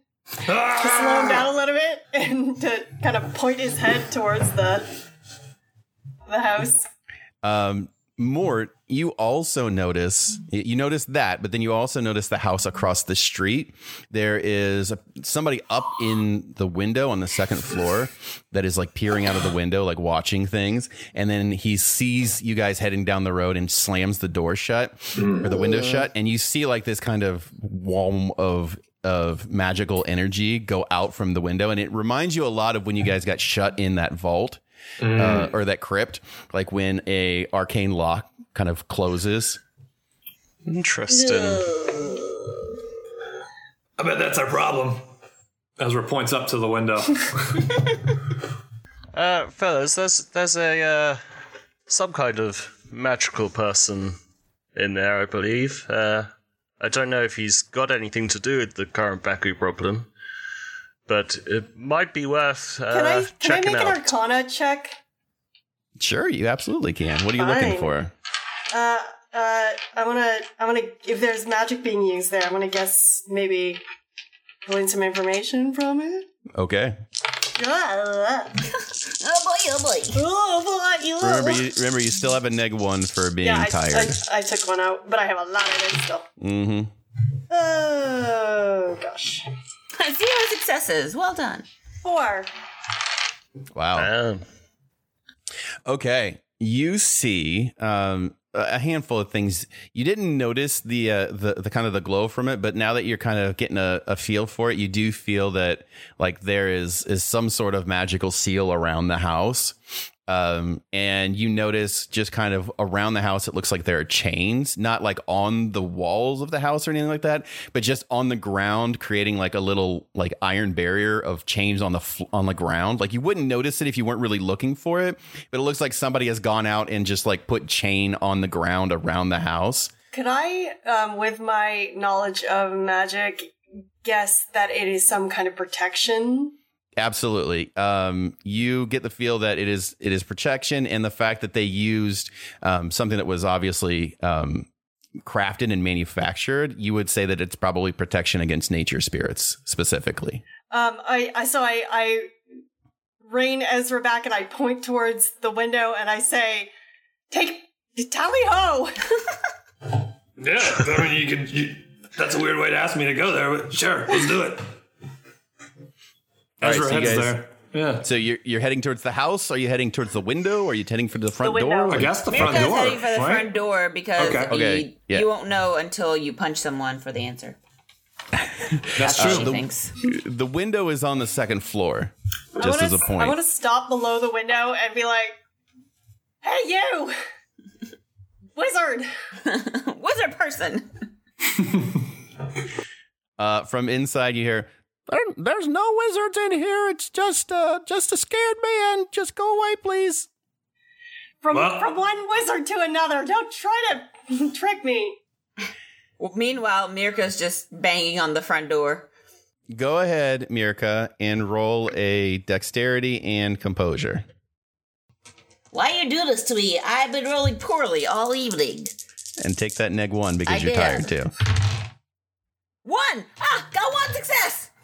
Speaker 7: Ah!
Speaker 8: slow him down a little bit, and to kind of point his head towards the the house.
Speaker 5: um, Mort, you also notice y- you notice that, but then you also notice the house across the street. There is a, somebody up in the window on the second floor that is like peering out of the window, like watching things, and then he sees you guys heading down the road and slams the door shut or the window shut, and you see like this kind of wall of of magical energy go out from the window, and it reminds you a lot of when you guys got shut in that vault uh, or that crypt, like when a arcane lock kind of closes.
Speaker 3: Interesting.
Speaker 7: I bet that's our problem.
Speaker 4: Ezra points up to
Speaker 8: [laughs]
Speaker 4: the window.
Speaker 3: Uh, fellas, there's there's a uh, some kind of magical person in there, I believe. Uh, I don't know if he's got anything to do with the current Baku problem, but it might be worth uh,
Speaker 8: Can I can I
Speaker 3: checking
Speaker 8: make an
Speaker 3: out.
Speaker 8: Arcana check?
Speaker 5: Sure, you absolutely can. What are you looking
Speaker 8: Fine.
Speaker 5: for?
Speaker 8: Uh, uh, I wanna, I wanna.
Speaker 9: [laughs]
Speaker 8: If there's magic being used there, I wanna guess maybe pulling some information from it.
Speaker 5: Okay.
Speaker 9: Oh boy,
Speaker 8: Oh, boy, you-
Speaker 5: Remember, you, remember, you still have a neg one for being
Speaker 8: yeah, I,
Speaker 5: tired.
Speaker 8: I, I took one out, but I have a lot of it still. Uh,
Speaker 5: mm-hmm.
Speaker 8: Oh gosh, Oh,
Speaker 9: oh boy. Zero successes. Well done.
Speaker 8: four.
Speaker 5: Wow.
Speaker 3: Um,
Speaker 5: Okay. You see um, a a handful of things. You didn't notice the, uh, the the kind of the glow from it, but now that you're kind of getting a, a feel for it, you do feel that like there is is some sort of magical seal around the house. Um, and you notice just kind of around the house, it looks like there are chains, not like on the walls of the house or anything like that, but just on the ground, creating like a little like iron barrier of chains on the fl- on the ground. Like you wouldn't notice it if you weren't really looking for it, but it looks like somebody has gone out and just like put chain on the ground around the house.
Speaker 8: Could I, um, with my knowledge of magic, guess that it is some kind of protection?
Speaker 5: Absolutely. Um, you get the feel that it is it is protection, and the fact that they used um, something that was obviously um, crafted and manufactured, you would say that it's probably protection against nature spirits specifically.
Speaker 8: Um, I, I so I, I rein Ezra back and I point towards the window and I say, "Take tally ho!"
Speaker 7: Yeah, I mean, you can. You, that's a weird way to ask me to go there, but sure, let's do it.
Speaker 5: All right,
Speaker 7: Ezra
Speaker 5: so you
Speaker 7: heads
Speaker 5: guys-
Speaker 7: there. Yeah.
Speaker 5: So you're you're heading towards the house? Are you heading towards the window? Are you heading for the front
Speaker 8: window.
Speaker 5: door?
Speaker 7: I guess the front
Speaker 9: America's
Speaker 7: door.
Speaker 9: heading for the
Speaker 7: right?
Speaker 9: front door because
Speaker 7: Okay.
Speaker 9: you,
Speaker 5: Okay, yeah.
Speaker 9: you won't know until you punch someone for the answer.
Speaker 7: That's
Speaker 9: That's what
Speaker 7: true.
Speaker 9: she thinks.
Speaker 5: The window is on the second floor.
Speaker 8: I
Speaker 5: Just
Speaker 8: wanna,
Speaker 5: as a
Speaker 8: I want
Speaker 5: point.
Speaker 8: to stop below the window and be like, "Hey, you, [laughs]
Speaker 9: [laughs]
Speaker 8: wizard!"
Speaker 9: Wizard person.
Speaker 5: Uh, from inside, you hear. There, there's no wizards in here. It's just uh, just a scared man. Just go away, please.
Speaker 8: From
Speaker 7: Well-
Speaker 8: from one wizard to another. Don't try to [laughs] trick me.
Speaker 9: Well, meanwhile, Mirka's just banging on the front door.
Speaker 5: Go ahead, Mirka, and roll a dexterity and composure.
Speaker 9: Why you do this to me? I've been rolling poorly all evening.
Speaker 5: And take that neg one because
Speaker 9: I
Speaker 5: you're
Speaker 9: did.
Speaker 5: tired too.
Speaker 9: One! Ah, got one success! [laughs]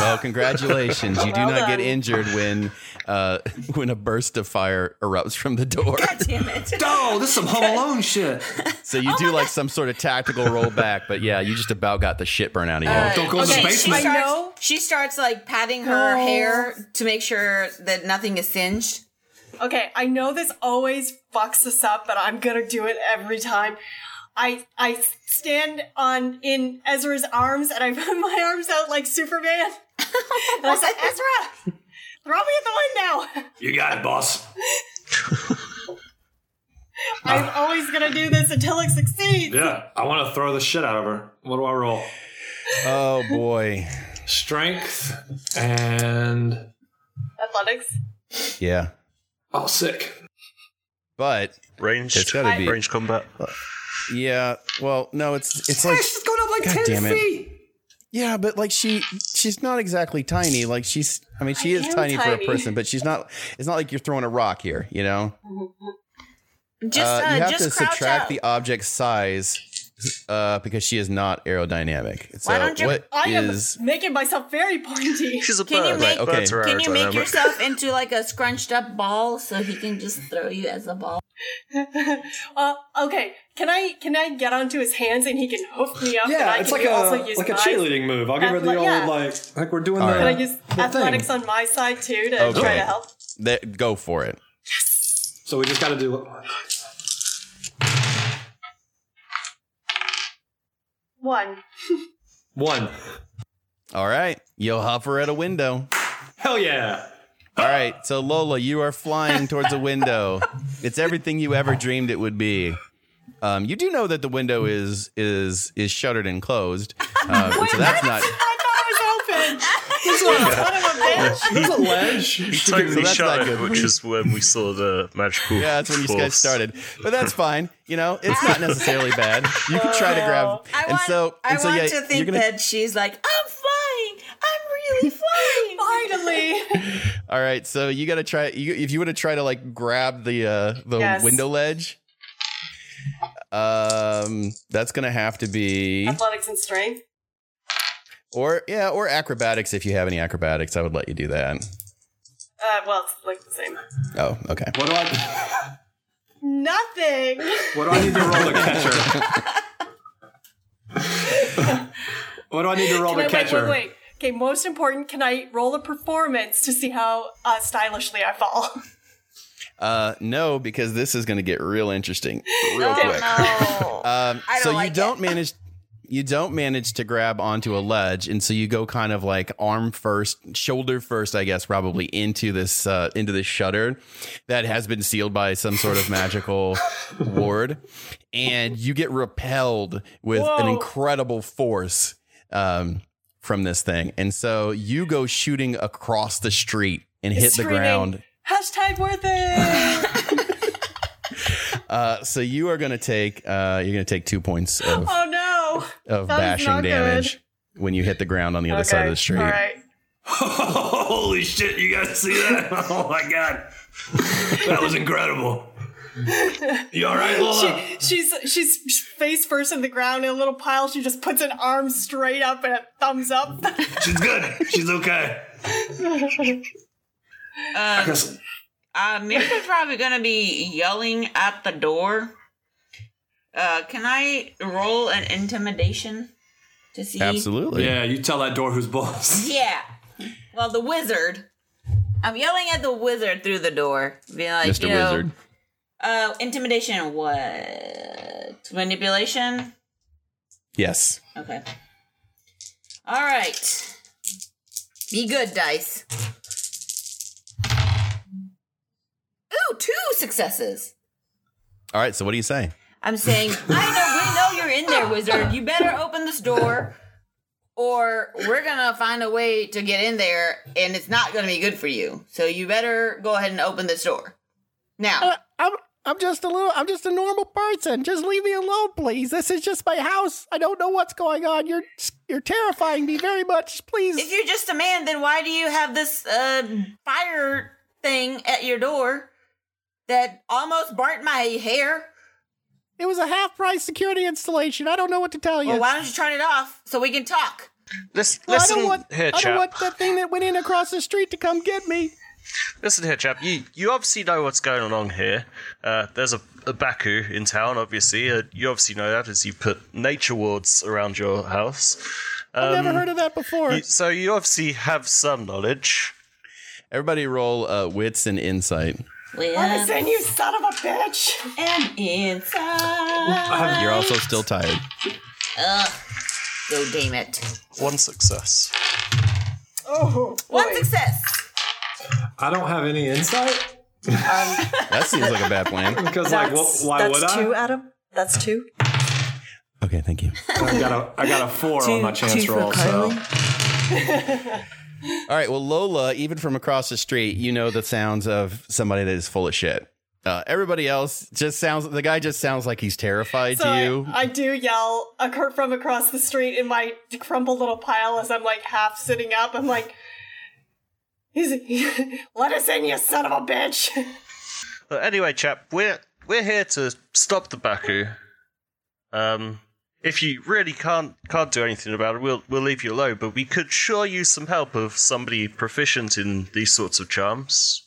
Speaker 5: Well, congratulations. You do
Speaker 8: Well
Speaker 5: not get
Speaker 8: done.
Speaker 5: injured when uh, when a burst of fire erupts from the door.
Speaker 9: God damn
Speaker 7: [laughs]
Speaker 9: it.
Speaker 7: Oh, this is some
Speaker 5: [laughs]
Speaker 7: Home Alone shit.
Speaker 5: So you do like some sort of tactical roll back, but yeah, you just about got the shit burn out of you.
Speaker 7: Don't go in the basement.
Speaker 9: She starts,
Speaker 8: I know.
Speaker 9: she starts like patting her
Speaker 8: No.
Speaker 9: hair to make sure that nothing is singed.
Speaker 8: Okay, I know this always fucks us up, but I'm gonna do it every time. I I stand on in Ezra's arms and I put my arms out like Superman. [laughs] and I say, Ezra, throw me at the window.
Speaker 7: You got it, boss.
Speaker 8: [laughs] I'm always gonna do this until it succeeds.
Speaker 7: Yeah, I want to throw the shit out of her. What do I roll?
Speaker 5: Oh boy.
Speaker 7: Strength and
Speaker 8: Athletics.
Speaker 5: Yeah.
Speaker 7: oh, sick.
Speaker 5: But
Speaker 3: range.
Speaker 5: It's gotta be-
Speaker 3: range
Speaker 5: [laughs]
Speaker 3: combat.
Speaker 5: yeah, well, no, it's it's like
Speaker 7: She's going up like
Speaker 5: God
Speaker 7: 10
Speaker 5: damn it.
Speaker 7: feet.
Speaker 5: yeah, but like she she's not exactly tiny. Like she's I mean she
Speaker 8: I
Speaker 5: is
Speaker 8: am
Speaker 5: tiny, for a
Speaker 8: tiny.
Speaker 5: person, but she's not it's not like you're throwing a rock here, you know?
Speaker 9: Just,
Speaker 5: Uh, you
Speaker 9: uh,
Speaker 5: have
Speaker 9: just
Speaker 5: to
Speaker 9: crouch
Speaker 5: subtract
Speaker 9: out.
Speaker 5: the object's size uh, because she is not aerodynamic. So
Speaker 9: Why don't you-
Speaker 5: what
Speaker 8: I
Speaker 5: is
Speaker 8: am making myself very pointy.
Speaker 3: [laughs] She's a
Speaker 9: Can you
Speaker 3: bird.
Speaker 9: make-
Speaker 5: Right,
Speaker 3: Birds are
Speaker 9: Can you make
Speaker 3: aerodynamic.
Speaker 9: yourself into like a scrunched up ball so he can just throw you as a ball?
Speaker 8: uh, okay, can I can I get onto his hands and he can hoof me up? and I
Speaker 7: Yeah, it's
Speaker 8: can
Speaker 7: like
Speaker 8: also
Speaker 7: a
Speaker 8: use
Speaker 7: like a
Speaker 8: my-
Speaker 7: cheerleading move. I'll give her the
Speaker 8: Athle-
Speaker 7: old
Speaker 8: yeah.
Speaker 7: like like we're doing
Speaker 5: All
Speaker 7: the.
Speaker 8: Can I
Speaker 5: right.
Speaker 8: use
Speaker 7: the
Speaker 8: athletics
Speaker 7: thing.
Speaker 8: on my side too to
Speaker 5: Okay.
Speaker 8: try to help?
Speaker 5: that go for it.
Speaker 7: So we just got to do.
Speaker 8: One.
Speaker 7: One.
Speaker 5: All right. You'll hover at a window.
Speaker 7: Hell yeah.
Speaker 5: All right. So Lola, you are flying towards a
Speaker 7: [laughs]
Speaker 5: window. It's everything you ever dreamed it would be. Um, you do know that the window is is is shuttered and closed.
Speaker 9: [laughs]
Speaker 5: Um, and so that's not
Speaker 8: [laughs] I thought it was open. [laughs] Son of a bitch.
Speaker 7: There's a ledge.
Speaker 3: He totally
Speaker 5: that's
Speaker 3: shot
Speaker 5: not
Speaker 3: it,
Speaker 5: good.
Speaker 3: which is when we saw the magical.
Speaker 5: Yeah, that's when you guys
Speaker 3: force.
Speaker 5: started. But that's fine. You know, it's not necessarily bad. You can try to grab.
Speaker 9: Oh, I
Speaker 5: and
Speaker 9: want,
Speaker 5: so,
Speaker 9: I
Speaker 5: Oh, and so,
Speaker 9: want
Speaker 5: yeah,
Speaker 9: to
Speaker 5: you're
Speaker 9: think
Speaker 5: gonna,
Speaker 9: that she's like, I'm flying. I'm
Speaker 5: [laughs]
Speaker 9: really flying.
Speaker 8: Finally.
Speaker 5: All right, so you got to try. You, if you were to try to like grab the uh, the
Speaker 8: Yes.
Speaker 5: window ledge, um, that's gonna have to be
Speaker 8: Athletics and strength.
Speaker 5: Or yeah, or acrobatics if you have any acrobatics, I would let you do that.
Speaker 8: Uh, well, it's like the same.
Speaker 5: Oh, okay.
Speaker 4: What do I?
Speaker 8: Nothing.
Speaker 4: What do I need to roll to catch
Speaker 8: [laughs]
Speaker 4: her? what do I need to roll
Speaker 8: Wait,
Speaker 4: to
Speaker 8: wait,
Speaker 4: catch
Speaker 8: wait,
Speaker 4: her?
Speaker 8: wait. Okay, most important, can I roll a performance to see how uh, stylishly I fall?
Speaker 5: Uh, no, because this is going to get real interesting
Speaker 9: Oh,
Speaker 5: real quick.
Speaker 9: no.
Speaker 5: [laughs] Um,
Speaker 9: I don't
Speaker 5: so
Speaker 9: like
Speaker 5: you
Speaker 9: it.
Speaker 5: don't manage you don't manage to grab onto a ledge and so you go kind of like arm first shoulder first i guess probably into this uh, into this shutter that has been sealed by some sort of magical ward and you get repelled with an
Speaker 8: Whoa.
Speaker 5: incredible force um, from this thing and so you go shooting across the street and hit the
Speaker 8: Screaming.
Speaker 5: ground
Speaker 8: Hashtag worth it.
Speaker 5: uh, so you are going to take uh, you're going to take two points of
Speaker 8: [laughs] Oh no.
Speaker 5: of
Speaker 8: That is
Speaker 5: bashing
Speaker 8: not good.
Speaker 5: damage when you hit the ground on the other side of the street.
Speaker 8: All right.
Speaker 7: [laughs] Holy shit, you guys see that? [laughs] Oh my god. That was incredible. You alright, Lola?
Speaker 8: She's she's face first in the ground in a little pile. She just puts an arm straight up and a thumbs up.
Speaker 7: She's good. She's okay. I
Speaker 9: [laughs] Um,
Speaker 7: guess-
Speaker 9: uh, Mirka's probably gonna be yelling at the door. Uh, can I roll an intimidation to see?
Speaker 5: Absolutely.
Speaker 4: Yeah, you tell that door who's
Speaker 7: [laughs]
Speaker 4: boss.
Speaker 9: Yeah. Well, the wizard. I'm yelling at the wizard through the door, being like,
Speaker 5: Mr.
Speaker 9: you know,
Speaker 5: Wizard.
Speaker 9: Uh, intimidation. What? Manipulation.
Speaker 5: Yes.
Speaker 9: Okay. All right. Be good, dice. Ooh, two successes.
Speaker 5: All right. So what do you say?
Speaker 9: I'm saying, I know we know you're in there, wizard. You better open this door, or we're gonna find a way to get in there, and it's not gonna be good for you. So you better go ahead and open this door now.
Speaker 10: Uh, I'm I'm just a little I'm just a normal person. Just leave me alone, please. This is just my house. I don't know what's going on. You're you're terrifying me very much. Please.
Speaker 9: If you're just a man, then why do you have this uh, fire thing at your door that almost burnt my hair?
Speaker 10: It was a half price security installation. I don't know what to tell you.
Speaker 9: Well, why don't you turn it off so we can talk?
Speaker 3: Lis-
Speaker 10: Well,
Speaker 3: listen
Speaker 10: I don't want
Speaker 3: here,
Speaker 10: I
Speaker 3: chap.
Speaker 10: don't want that thing that went in across the street to come get me.
Speaker 3: Listen here, chap. You you obviously know what's going on here. Uh, there's a, a Baku in town, obviously. Uh, you obviously know that as you put nature wards around your house. Um,
Speaker 10: I've never heard of that before.
Speaker 3: You- so you obviously have some knowledge.
Speaker 5: Everybody roll uh, wits and insight.
Speaker 9: Live
Speaker 8: Listen, you son of a bitch.
Speaker 9: and inside.
Speaker 5: You're also still tired.
Speaker 9: Ugh. Go damn it.
Speaker 3: One success.
Speaker 8: Oh,
Speaker 9: One
Speaker 8: boy.
Speaker 9: success.
Speaker 4: I don't have any insight
Speaker 8: Um,
Speaker 5: That seems like a
Speaker 4: [laughs]
Speaker 5: bad
Speaker 7: [laughs]
Speaker 5: plan.
Speaker 4: because, like, wh-
Speaker 11: That's-
Speaker 4: why
Speaker 11: that's
Speaker 4: would
Speaker 11: two,
Speaker 4: I?
Speaker 11: Adam. That's two.
Speaker 5: Okay. Thank you.
Speaker 4: I got a I got a four on
Speaker 11: Two-
Speaker 4: my chance
Speaker 11: two for
Speaker 4: roll. So
Speaker 11: Kylie.
Speaker 5: All right. Well, Lola, even from across the street, you know the sounds of somebody that is full of shit. Uh, everybody else just sounds. The guy just sounds like he's terrified
Speaker 8: So
Speaker 5: to
Speaker 8: I,
Speaker 5: you.
Speaker 8: I do yell ac- from across the street in my crumpled little pile as I'm like half sitting up. I'm like, "Is it- [laughs] let us in, you son of a bitch. [laughs]
Speaker 3: But anyway, chap, we're we're here to stop the Baku. Um, if you really can't can't do anything about it, we'll we'll leave you alone. But we could sure use some help of somebody proficient in these sorts of charms.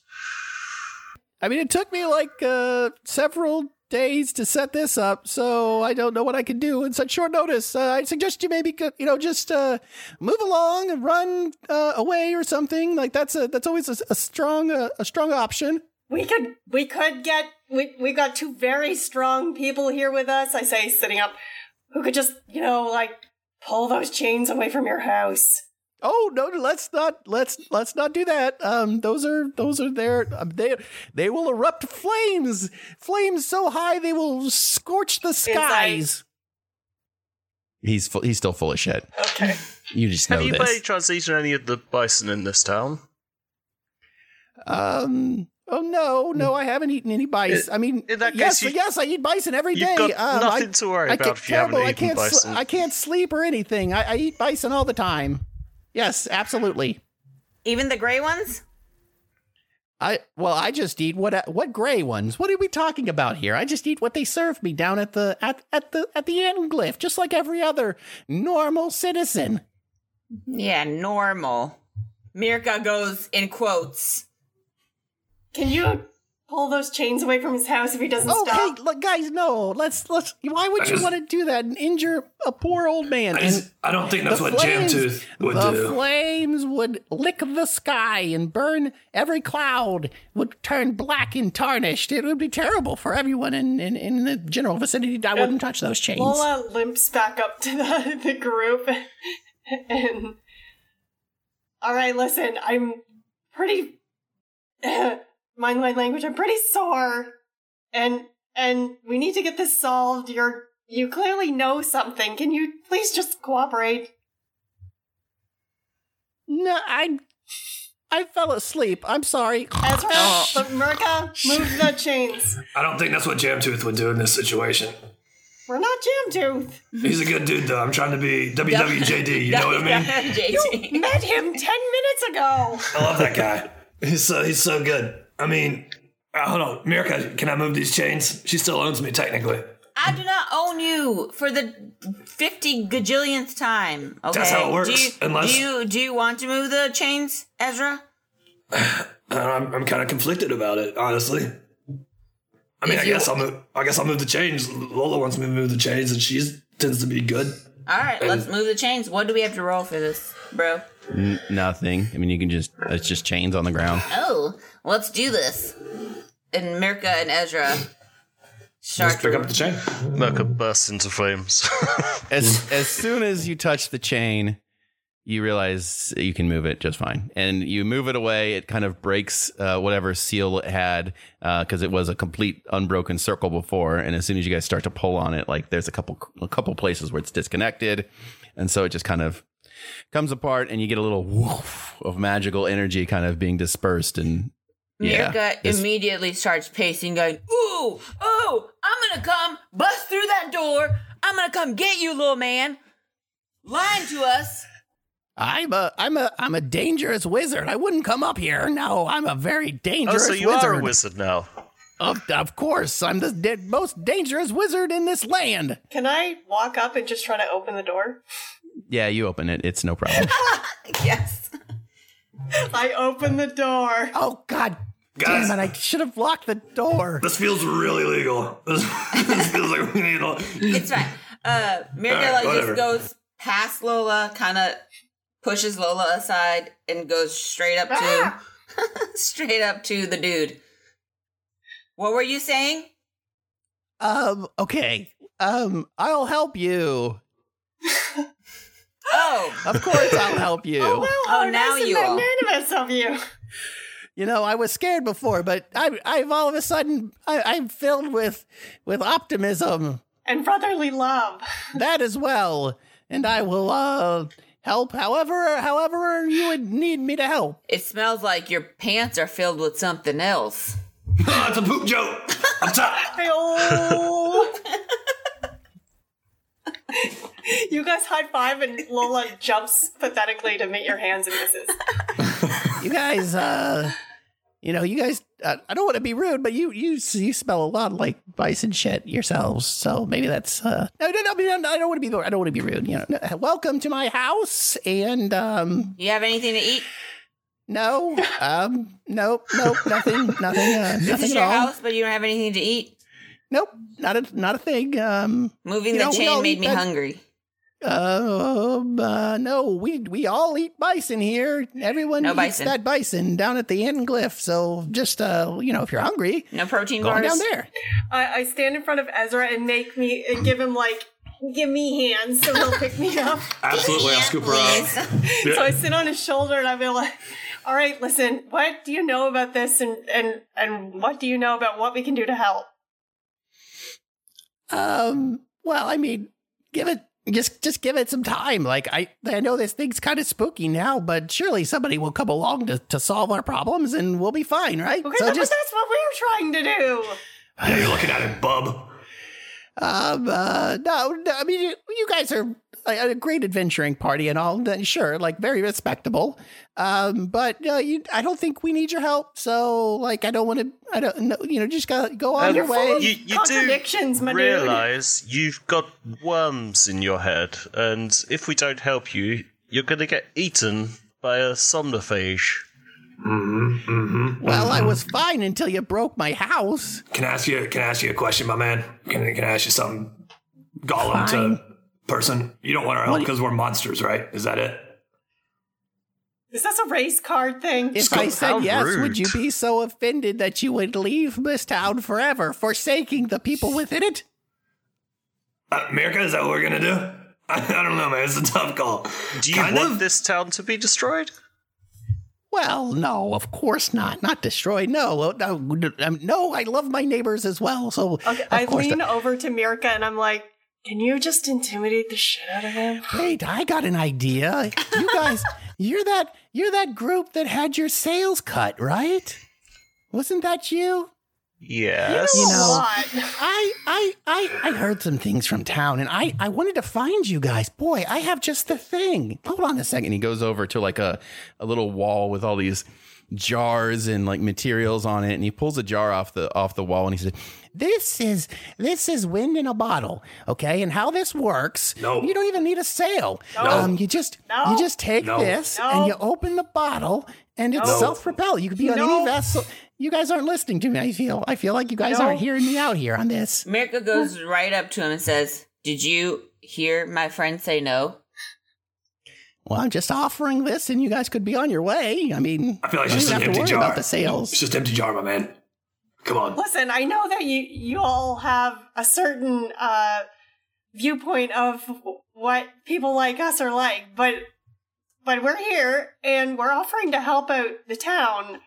Speaker 10: I mean, it took me like uh, several days to set this up, so I don't know what I can do in such short notice. Uh, I suggest you maybe go- you know just uh, move along and run uh, away or something. Like that's a that's always a, a strong uh, a strong option.
Speaker 8: We could we could get we we got two very strong people here with us. I say sitting up, who could just you know like pull those chains away from your house.
Speaker 10: Oh no, no, let's not let's let's not do that. Um, those are those are their um, they they will erupt flames, flames so high they will scorch the skies.
Speaker 5: He's full, he's still full of shit.
Speaker 8: Okay.
Speaker 5: You just know
Speaker 3: Have you by any
Speaker 5: this.
Speaker 3: chance eaten any of the bison in this town?
Speaker 10: Um. Oh no, no, I haven't eaten any bison. I mean,
Speaker 3: in that
Speaker 10: yes,
Speaker 3: case, you-
Speaker 10: yes, I eat bison every
Speaker 3: you've
Speaker 10: day.
Speaker 3: got
Speaker 10: um,
Speaker 3: nothing
Speaker 10: I,
Speaker 3: to worry
Speaker 10: I
Speaker 3: about
Speaker 10: can't,
Speaker 3: if you haven't
Speaker 10: terrible, I
Speaker 3: eaten
Speaker 10: can't sl-
Speaker 3: bison.
Speaker 10: I can't sleep or anything. I, I eat bison all the time. Yes, absolutely.
Speaker 9: Even the gray ones?
Speaker 10: I well, I just eat what what gray ones. What are we talking about here? I just eat what they serve me down at the at at the at the end glyph, just like every other normal citizen.
Speaker 9: Yeah, normal. Mirka goes in quotes.
Speaker 8: Can you pull those chains away from his house if he doesn't
Speaker 10: Oh,
Speaker 8: stop?
Speaker 10: hey, look, guys, no. Let's let's. Why would
Speaker 7: [clears throat]
Speaker 10: you want to do that and injure a poor old man?
Speaker 7: I, just,
Speaker 10: And
Speaker 7: I don't think that's
Speaker 10: the
Speaker 7: what
Speaker 10: flames-
Speaker 7: Jamtooth would
Speaker 10: the
Speaker 7: do.
Speaker 10: flames would lick the sky and burn every cloud. Would turn black and tarnished. It would be terrible for everyone in in, in the general vicinity. I wouldn't touch those chains.
Speaker 8: Lola limps back up to the, [laughs] the group and. Alright, listen, I'm pretty. [clears throat] mind my language, I'm pretty sore. And and we need to get this solved. You're you clearly know something. Can you please just cooperate?
Speaker 10: No, I I fell asleep. I'm sorry.
Speaker 8: Ezra, but Merca, move the chains.
Speaker 7: I don't think that's what Jamtooth would do in this situation.
Speaker 8: We're not Jamtooth.
Speaker 7: He's a good dude, though. I'm trying to be WWJD. You know what I mean?
Speaker 9: JJ.
Speaker 8: Met him ten minutes ago.
Speaker 7: [laughs] I love that guy. He's so he's so good. I mean, uh, hold on, Mirka, can I move these chains? She still owns me technically.
Speaker 9: I do not own you for the fifty gajillionth time. Okay,
Speaker 7: how it works,
Speaker 9: Do you,
Speaker 7: unless-
Speaker 9: do you do you want to move the chains, Ezra?
Speaker 7: And Uh, I'm I'm kind of conflicted about it, honestly. I mean, I guess I'll move. I guess I'll move the chains. Lola wants me to move the chains, and she tends to be good.
Speaker 9: All right, let's move the chains. What do we have to roll for this, bro?
Speaker 5: N- nothing. I mean, you can just it's just chains on the ground.
Speaker 9: Oh, let's do this. And Mirka and Ezra start
Speaker 7: Pick up the chain.
Speaker 3: Merca bursts into flames. [laughs]
Speaker 5: As as soon as you touch the chain, you realize you can move it just fine, and you move it away. It kind of breaks uh, whatever seal it had because it was a complete unbroken circle before. And as soon as you guys start to pull on it, like there's a couple a couple places where it's disconnected, and so it just kind of comes apart, and you get a little woof of magical energy kind of being dispersed and. Yeah,
Speaker 9: Mirka
Speaker 5: it's-
Speaker 9: immediately starts pacing, going, Ooh, ooh, I'm gonna come bust through that door. I'm gonna come get you, little man. Lying to us.
Speaker 10: I'm a I'm a I'm a dangerous wizard. I wouldn't come up here. No, I'm a very
Speaker 3: oh,
Speaker 10: dangerous
Speaker 3: so you
Speaker 10: wizard.
Speaker 3: are a wizard now.
Speaker 10: Of, of course, I'm the da- most dangerous wizard in this land.
Speaker 8: Can I walk up and just try to open the door?
Speaker 5: Yeah, you open it. It's no problem.
Speaker 9: Yes.
Speaker 8: I open the door.
Speaker 10: Oh God,
Speaker 7: Guys.
Speaker 10: damn it! I should have locked the door.
Speaker 7: This feels really legal. [laughs] This, this feels like [laughs] we need a.
Speaker 9: It's
Speaker 5: [laughs]
Speaker 9: fine. Uh, Mirka
Speaker 7: Alright,
Speaker 9: like just
Speaker 7: whatever.
Speaker 9: goes past Lola, kind of pushes Lola aside, and goes straight up to
Speaker 10: Ah!
Speaker 9: [laughs] straight up to the dude. What were you saying?
Speaker 10: Um, okay. Um, I'll help you.
Speaker 9: Oh,
Speaker 10: Of course, I'll help you.
Speaker 8: Oh, wow, how
Speaker 9: now
Speaker 8: nice and
Speaker 9: you all.
Speaker 8: magnanimous of you.
Speaker 10: You know, I was scared before, but I, I've all of a sudden, I, I'm filled with, with optimism.
Speaker 8: And brotherly love.
Speaker 10: that as well, and I will uh, help. However, however you would need me to help.
Speaker 9: it smells like your pants are filled with something else.
Speaker 7: Oh, it's a poop joke. I'm tired.
Speaker 8: Oh. [laughs] you guys high five and Lola jumps pathetically to meet your hands and misses.
Speaker 10: You guys, uh, you know, you guys. Uh, I don't want to be rude, but you you you smell a lot like bison shit yourselves. So maybe that's uh, no, no, no. I mean, I don't- I don't want to be. I don't want to be rude. You know, No, welcome to my house, and um,
Speaker 9: You have anything to eat?
Speaker 10: no, um, nope, nope,
Speaker 9: [laughs]
Speaker 10: nothing, nothing, uh,
Speaker 9: This is
Speaker 10: nothing at
Speaker 9: your
Speaker 10: all.
Speaker 9: house, but you don't have anything to eat.
Speaker 10: Nope, not a not a thing. Um,
Speaker 9: Moving
Speaker 10: You know,
Speaker 9: the
Speaker 10: we all
Speaker 9: chain made
Speaker 10: eat
Speaker 9: me
Speaker 10: that-
Speaker 9: hungry.
Speaker 10: Um, uh, no, we we all eat bison here. Everyone
Speaker 9: No
Speaker 10: eats
Speaker 9: bison.
Speaker 10: that bison down at the end glyph. So just uh, you know, if you're hungry,
Speaker 9: No protein
Speaker 10: go on
Speaker 9: bars.
Speaker 10: down there.
Speaker 8: I, I stand in front of Ezra and make me and give him like give me hands so he'll pick me up.
Speaker 7: [laughs] Absolutely, I'll scoop her up.
Speaker 8: So I sit on his shoulder and I be like, "All right, listen. What do you know about this, and and and what do you know about what we can do to help?"
Speaker 10: Um, well, I mean, give it just just give it some time. Like I I know this thing's kind of spooky now, but surely somebody will come along to to solve our problems, and we'll be fine, right?
Speaker 8: Okay,
Speaker 10: so
Speaker 8: but
Speaker 10: just
Speaker 8: that's what we're trying to do.
Speaker 7: Yeah, you're looking at it, bub.
Speaker 10: Um, uh, no, no, I mean, you, you guys are a, a great adventuring party and all, then sure, like very respectable. Um, but uh, you, I don't think we need your help. So, like, I don't want to, I don't know, you know, just go, go on
Speaker 3: Um,
Speaker 10: your way.
Speaker 3: you, you
Speaker 8: Contradictions,
Speaker 3: do
Speaker 8: my dude.
Speaker 3: realize you've got worms in your head, and if we don't help you, you're going to get eaten by a somnophage.
Speaker 7: Mm-hmm, mm-hmm.
Speaker 10: Well, I was fine until you broke my house.
Speaker 7: Can I ask you? Can I ask you a question, my man? Can, I- can I ask you something? Golem to person. You don't want our help because we're monsters, right? Is that it?
Speaker 8: Is this a race card thing?
Speaker 10: If
Speaker 3: Scoop,
Speaker 10: I
Speaker 3: how
Speaker 10: said yes, would you
Speaker 3: rude.
Speaker 10: be so offended that you would leave this town forever, forsaking the people within it?
Speaker 7: Uh, America, is that what we're gonna do? [laughs] I, don't know, man. It's a tough call.
Speaker 3: Do you
Speaker 7: Kind
Speaker 3: want
Speaker 7: of.
Speaker 3: this town to be destroyed?
Speaker 10: Well, no, of course not. Not destroy. No, uh, no, um, no. I love my neighbors as well. So
Speaker 8: Okay,
Speaker 10: of
Speaker 8: I
Speaker 10: course
Speaker 8: lean
Speaker 10: not.
Speaker 8: over to Mirka and I'm like, can you just intimidate the shit out of him?
Speaker 10: Wait, I got an idea. You guys, [laughs] you're that you're that group that had your sales cut, right? Wasn't that you?
Speaker 3: Yes.
Speaker 10: You know-
Speaker 8: What?
Speaker 10: I I I I heard some things from town, and I I wanted to find you guys. Boy, I have just the thing. Hold on a second.
Speaker 5: And he goes over to like a, a little wall with all these jars and like materials on it, and he pulls a jar off the off the wall, and he says,
Speaker 10: This is this is wind in a bottle, okay? And how this works?
Speaker 7: No.
Speaker 10: you don't even need a sale.
Speaker 7: No.
Speaker 10: Um, you just
Speaker 8: No.
Speaker 10: you just take
Speaker 7: No.
Speaker 10: this
Speaker 8: No.
Speaker 10: and you open the bottle, and it's
Speaker 7: No.
Speaker 10: self propelled. You could be on
Speaker 8: No.
Speaker 10: any vessel. You guys aren't listening to me. I feel I feel like you guys
Speaker 8: No.
Speaker 10: aren't hearing me out here on this.
Speaker 9: Mirka goes right up to him and says, Did you hear my friend say no?
Speaker 10: Well, I'm just offering this, and you guys could be on your way. I mean,
Speaker 7: I feel like
Speaker 10: you
Speaker 7: it's just
Speaker 10: don't
Speaker 7: an
Speaker 10: have to
Speaker 7: empty
Speaker 10: worry
Speaker 7: jar.
Speaker 10: about the sales.
Speaker 7: It's just empty jar, my man. Come on.
Speaker 8: Listen, I know that you you all have a certain uh, viewpoint of what people like us are like, but but we're here and we're offering to help out the town.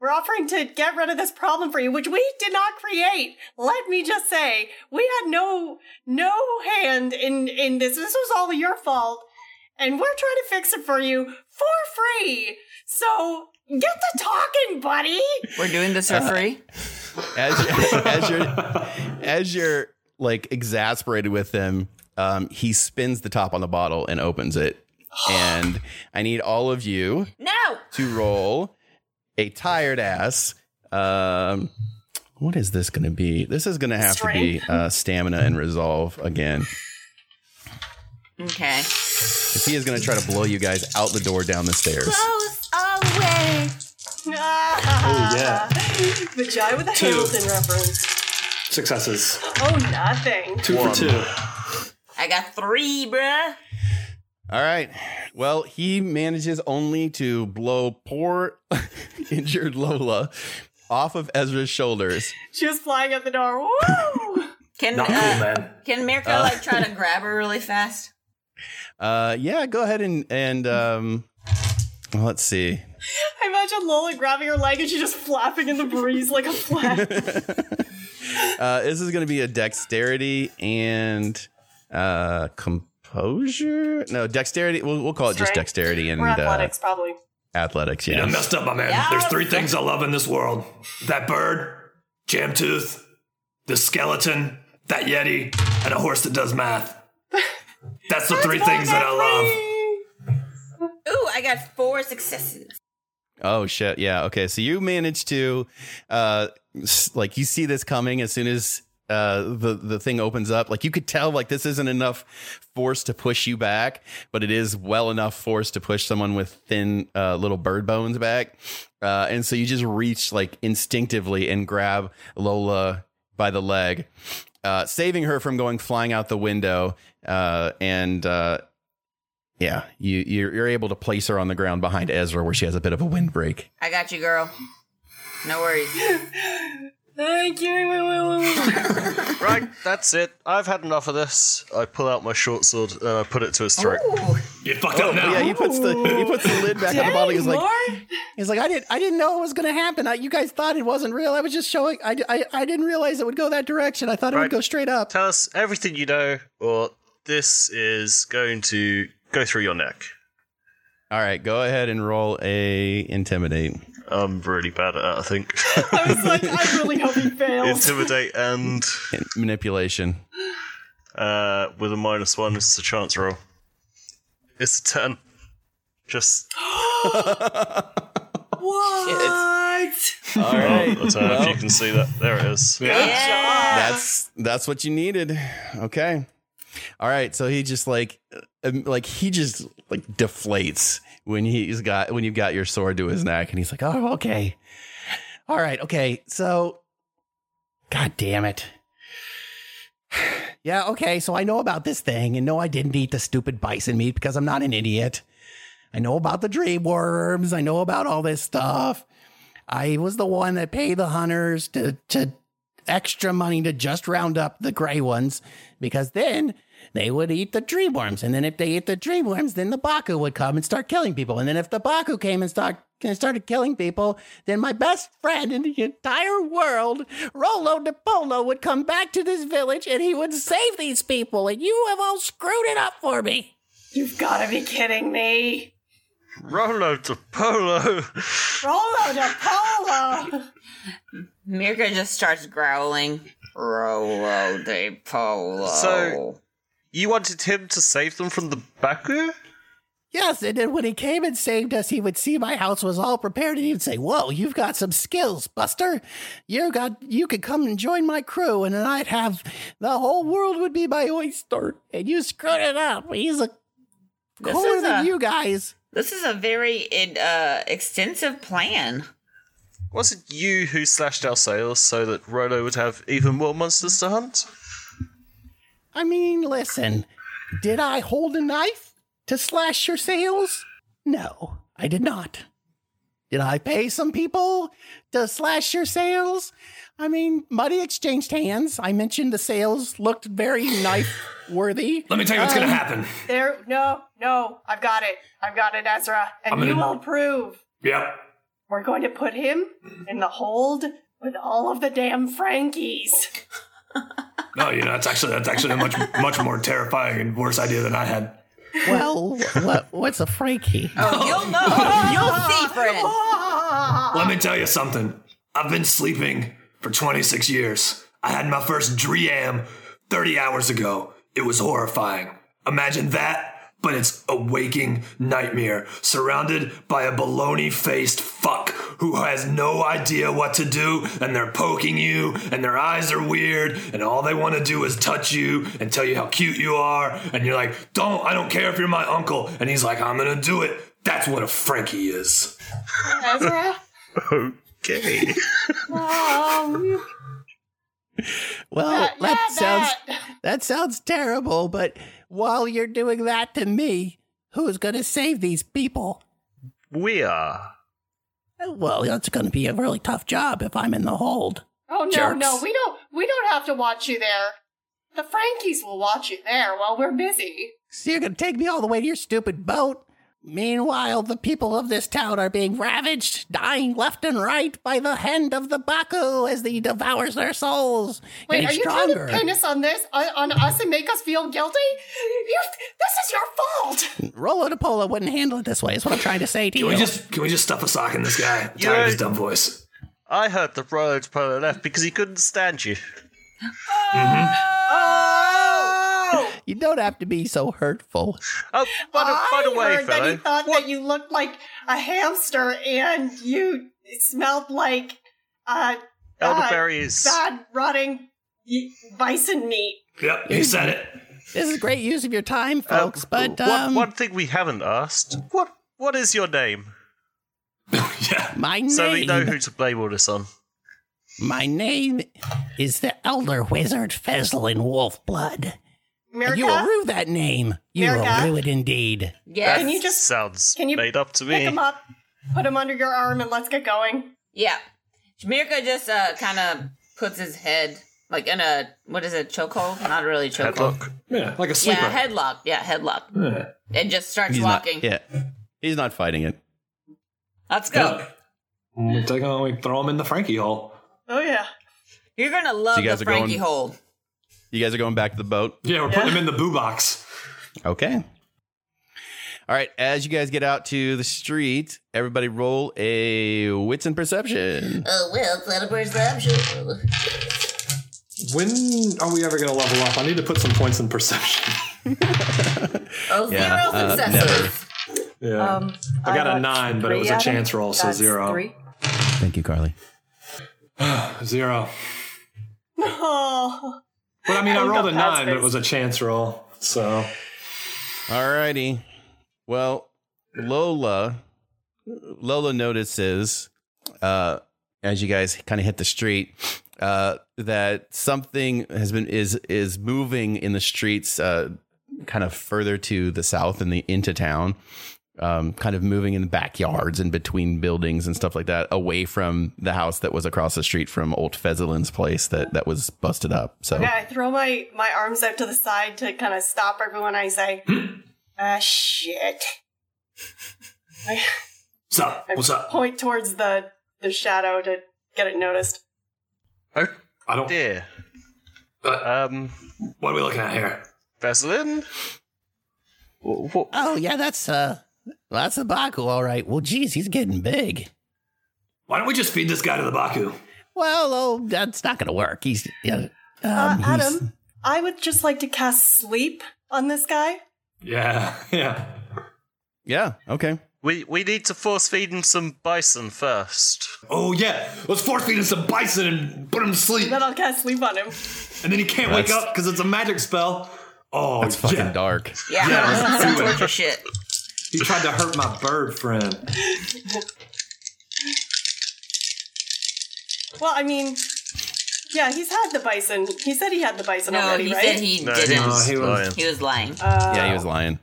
Speaker 8: We're offering to get rid of this problem for you, which we did not create. Let me just say, we had no no hand in in this. This was all your fault, and we're trying to fix it for you for free. So get to talking, buddy.
Speaker 9: We're doing this for
Speaker 7: Uh,
Speaker 9: free.
Speaker 5: as
Speaker 7: [laughs]
Speaker 5: as you're as you're like exasperated with him, um, he spins the top on the bottle and opens it. And I need all of you
Speaker 9: No!
Speaker 5: to roll a tired ass. Um, what is this going to be? This is going to have to be uh, stamina and resolve again.
Speaker 9: Okay.
Speaker 5: If he is going to try to blow you guys out the door down the stairs.
Speaker 9: Close away.
Speaker 8: oh yeah. [laughs] Vagina with a Hamilton reference.
Speaker 7: Successes.
Speaker 8: Oh nothing.
Speaker 7: Two for two.
Speaker 9: I got three, bruh.
Speaker 5: All right. Well, he manages only to blow poor [laughs] injured Lola off of Ezra's shoulders.
Speaker 8: She was flying out the door. Woo!
Speaker 9: Can
Speaker 7: Not cool,
Speaker 9: uh,
Speaker 7: man.
Speaker 9: can Mirka like try to grab her really fast?
Speaker 5: Uh, yeah, go ahead and and um, well, let's see.
Speaker 8: I imagine Lola grabbing her leg and she just flapping in the breeze like a flag.
Speaker 5: Uh, this is going to be a dexterity and uh, composure. No, dexterity. We'll, we'll call it Oh, just
Speaker 8: Strength.
Speaker 5: dexterity and
Speaker 8: Or athletics,
Speaker 5: Uh,
Speaker 8: probably.
Speaker 5: athletics.
Speaker 7: You
Speaker 5: Yeah.
Speaker 7: done messed up, my man.
Speaker 9: Yeah.
Speaker 7: There's three things I love in this world: that bird, Jamtooth, the skeleton, that Yeti, and a horse that does
Speaker 10: [laughs]
Speaker 7: math. That's the three things that I love.
Speaker 9: Ooh, I got four successes.
Speaker 5: Oh shit! Yeah. Okay. So you managed to, uh, s- like you see this coming as soon as uh the the thing opens up. Like you could tell, like this isn't enough force to push you back, but it is well enough force to push someone with thin uh, little bird bones back. Uh, and so you just reach like instinctively and grab Lola by the leg, uh, saving her from going flying out the window. Uh, and uh, yeah, you you're, you're able to place her on the ground behind Ezra, where she has a bit of a windbreak.
Speaker 9: I got you, girl. No worries.
Speaker 8: Thank you. woo, woo, woo, woo.
Speaker 3: Right, that's it. I've had enough of this. I pull out my short sword and I put it to his throat.
Speaker 9: Ooh,
Speaker 7: You fucked up
Speaker 3: Oh,
Speaker 7: now.
Speaker 5: Oh, Yeah, he puts the he puts the lid back on the bottle. He's like,
Speaker 8: Lord,
Speaker 10: He's like, I didn't, I didn't know it was going to happen. I, you guys thought it wasn't real. I was just showing. I, I, I didn't realize it would go that direction. I thought it
Speaker 3: Right.
Speaker 10: would go straight up.
Speaker 3: Tell us everything you know, or this is going to go through your neck.
Speaker 5: all right, go ahead and roll a intimidate.
Speaker 7: Um,
Speaker 3: I'm really bad at that, I think. [laughs]
Speaker 8: I was like, I really hope he fails.
Speaker 3: Intimidate and
Speaker 5: In- manipulation.
Speaker 3: uh, with a minus one, it's a chance roll. It's a 10. Just
Speaker 8: [laughs] What?
Speaker 5: All
Speaker 3: I
Speaker 5: right,
Speaker 7: oh,
Speaker 3: don't know if you can see that. There it is.
Speaker 9: yeah.
Speaker 5: that's that's what you needed. Okay, All right, so he just like, um, like he just like deflates when he's got when you've got your sword to his neck, and he's like, "Oh, okay, all right, okay." So, god damn it, [sighs] yeah, okay. So I know about this thing, and no, I didn't eat the stupid bison meat because I'm not an idiot. I know about the dream worms. I know about all this stuff. I was the one that paid the hunters to to extra money to just round up the gray ones because then they would eat the dream worms. And then if they ate the dream worms, then the Baku would come and start killing people. And then if the Baku came and start and started killing people, then my best friend in the entire world, Rolo de Polo, would come back to this village and he would save these people. And you have all screwed it up for me.
Speaker 8: You've got to be kidding me.
Speaker 3: Rolo to Polo.
Speaker 8: Rolo de Polo.
Speaker 9: Mirka just starts growling. Rolo de Polo.
Speaker 3: So- You wanted him to save them from the Baku?
Speaker 10: Yes, and then when he came and saved us, he would see my house was all prepared, and he'd say, "Whoa, you've got some skills, Buster. You got you could come and join my crew, and then I'd have the whole world would be my oyster." And you screwed it up. He's a
Speaker 9: This
Speaker 10: cooler
Speaker 9: is a-
Speaker 10: than you guys.
Speaker 9: This is a very in- uh, extensive plan.
Speaker 3: Was it you who slashed our sails so that Rolo would have even more monsters to hunt?
Speaker 10: I mean, listen, did I hold a knife to slash your sails? No, I did not. Did I pay some people to slash your sails? I mean, money exchanged hands. I mentioned the sails looked very Um, knife worthy.
Speaker 7: Let me tell you what's gonna happen.
Speaker 8: Um, There, no, no, I've got it. I've got it, Ezra. And
Speaker 7: I'm gonna-
Speaker 8: you will prove.
Speaker 7: Yep.
Speaker 8: We're going to put him in the hold with all of the damn Frankies.
Speaker 7: No, you know that's actually that's actually a much much more terrifying and worse idea than I had.
Speaker 10: Well, what, what's a Frankie?
Speaker 9: Oh, you'll
Speaker 10: [laughs]
Speaker 9: know. you'll see, friend.
Speaker 7: Let me tell you something. I've been sleeping for 26 years. I had my first dream 30 hours ago. It was horrifying. Imagine that, but it's a waking nightmare surrounded by a baloney faced fuck who has no idea what to do and they're poking you and their eyes are weird and all they want to do is touch you and tell you how cute you are and you're like, don't, I don't care if you're my uncle. And he's like, I'm gonna do it. That's what a Frankie is.
Speaker 8: Ezra?
Speaker 3: Okay.
Speaker 8: Um,
Speaker 10: Well,
Speaker 8: yeah,
Speaker 10: that, sounds
Speaker 8: that. [laughs]
Speaker 10: that sounds terrible. But while you're doing that to me, who's going to save these people? Oh,
Speaker 3: we are.
Speaker 10: Well, that's going to be a really tough job if I'm in the hold.
Speaker 8: Oh no,
Speaker 10: Jerks.
Speaker 8: no, we don't we don't have to watch you there. The Frankies will watch you there while we're busy.
Speaker 10: So you're going to take me all the way to your stupid boat? Meanwhile, the people of this town are being ravaged, dying left and right by the hand of the Baku as he devours their souls.
Speaker 8: Wait,
Speaker 10: getting
Speaker 8: are you
Speaker 10: stronger.
Speaker 8: trying to pin us on this on, on us and make us feel guilty? You, this is your fault.
Speaker 10: Rolo de Polo wouldn't handle it this way, is what I'm trying to say to
Speaker 7: [laughs] Can
Speaker 10: you.
Speaker 7: we just can we just stuff a sock in this guy? I'm tired of his dumb voice.
Speaker 3: I heard that Rolo to Polo left because he couldn't stand you. mm-hmm.
Speaker 8: Oh!
Speaker 10: you don't have to be so hurtful.
Speaker 3: Oh, by the, by the
Speaker 8: I
Speaker 3: way,
Speaker 8: heard
Speaker 3: fellow.
Speaker 8: that he thought that you looked like a hamster and you smelled like uh,
Speaker 3: Elderberries.
Speaker 8: bad rotting y- bison meat.
Speaker 7: Yep, he said it.
Speaker 10: This is great use of your time,
Speaker 3: Uh,
Speaker 10: folks, but
Speaker 3: one,
Speaker 10: um,
Speaker 3: one thing we haven't asked. What what is your name?
Speaker 7: yeah.
Speaker 10: my name,
Speaker 3: So we know who to blame all this on.
Speaker 10: my name is the Elder Wizard Fizzle in Wolf Blood. And
Speaker 8: Mirka,
Speaker 10: you will rue that name. You
Speaker 8: America?
Speaker 10: will rue it indeed.
Speaker 9: Yes.
Speaker 8: can you just
Speaker 3: Sounds
Speaker 8: can you
Speaker 3: made up to
Speaker 8: pick
Speaker 3: me.
Speaker 8: him up, put him under your arm, and let's get going?
Speaker 9: Yeah. Mirka just uh, kind of puts his head like in a what is it chokehold? Not really chokehold.
Speaker 3: Headlock.
Speaker 7: Yeah, like a sleeper.
Speaker 9: Yeah, headlock. Yeah, headlock. And just starts walking.
Speaker 5: yeah, he's not fighting it.
Speaker 9: Let's go.
Speaker 7: Yeah. We take him, we throw him in the Frankie hole.
Speaker 8: Oh yeah.
Speaker 9: You're gonna love
Speaker 5: So you guys
Speaker 9: the
Speaker 5: are going-
Speaker 9: Frankie
Speaker 5: [clears throat]
Speaker 9: hole.
Speaker 5: You guys are going back to the boat.
Speaker 7: Yeah, we're putting him in the boo box.
Speaker 5: Okay. All right. As you guys get out to the street, everybody roll a wits and perception.
Speaker 9: Oh well, it's not a perception.
Speaker 4: When are we ever going to level up? I need to put some points in perception.
Speaker 9: [laughs] Oh, zero Um,
Speaker 5: Yeah, uh,
Speaker 9: successes.
Speaker 4: Yeah.
Speaker 8: Um,
Speaker 4: I
Speaker 8: uh,
Speaker 4: got a nine, but it was a chance roll, so zero.
Speaker 5: Thank you, Carly.
Speaker 4: Zero.
Speaker 8: Oh,
Speaker 7: But I mean,
Speaker 8: [laughs]
Speaker 7: I
Speaker 8: I
Speaker 7: rolled a
Speaker 8: got
Speaker 7: nine, but it
Speaker 8: passes.
Speaker 7: was a chance roll. So
Speaker 5: Alrighty. Well, Lola, Lola notices uh, as you guys kind of hit the street uh, that something has been is is moving in the streets, uh, kind of further to the south and the into town, um, kind of moving in the backyards and between buildings and stuff like that, away from the house that was across the street from Old Fezzelin's place that that was busted up. So
Speaker 8: Yeah, I throw my my arms out to the side to kind of stop everyone. I
Speaker 7: [gasps]
Speaker 8: say, "Ah, shit." I,
Speaker 7: what's up?
Speaker 8: I
Speaker 7: What's up?
Speaker 8: point towards the the shadow to get it noticed.
Speaker 3: Oh
Speaker 7: I don't.
Speaker 3: dear.
Speaker 7: Uh,
Speaker 3: Um,
Speaker 7: what are we looking at here?
Speaker 3: Vaseline. What?
Speaker 10: Oh yeah, that's uh, that's a Baku, all right. Well, geez, he's getting big.
Speaker 7: Why don't we just feed this guy to the Baku?
Speaker 10: Well, oh, that's not gonna work. He's yeah. um,
Speaker 8: uh,
Speaker 10: he's-
Speaker 8: Adam, I would just like to cast sleep on this guy.
Speaker 7: Yeah, [laughs] yeah.
Speaker 5: yeah, okay.
Speaker 3: We we need to force feed him some bison first.
Speaker 7: Oh yeah, let's force feed him some bison and put him to sleep,
Speaker 8: Then I'll cast sleep on
Speaker 7: [laughs]
Speaker 8: him.
Speaker 7: and then he can't wake
Speaker 5: That's-
Speaker 7: up because it's a magic spell. Oh
Speaker 5: It's fucking
Speaker 7: yeah,
Speaker 5: dark.
Speaker 9: Yeah,
Speaker 7: [laughs] let's
Speaker 9: some
Speaker 7: do it.
Speaker 9: torture shit.
Speaker 7: he tried to hurt my bird friend.
Speaker 8: Well, I mean, yeah, he's had the bison. He said he had the bison
Speaker 9: No,
Speaker 8: already,
Speaker 9: he
Speaker 8: right?
Speaker 9: said he
Speaker 3: No, he
Speaker 9: didn't.
Speaker 3: was
Speaker 7: he was-
Speaker 3: lying.
Speaker 9: He was lying.
Speaker 8: uh,
Speaker 5: Yeah, he was lying.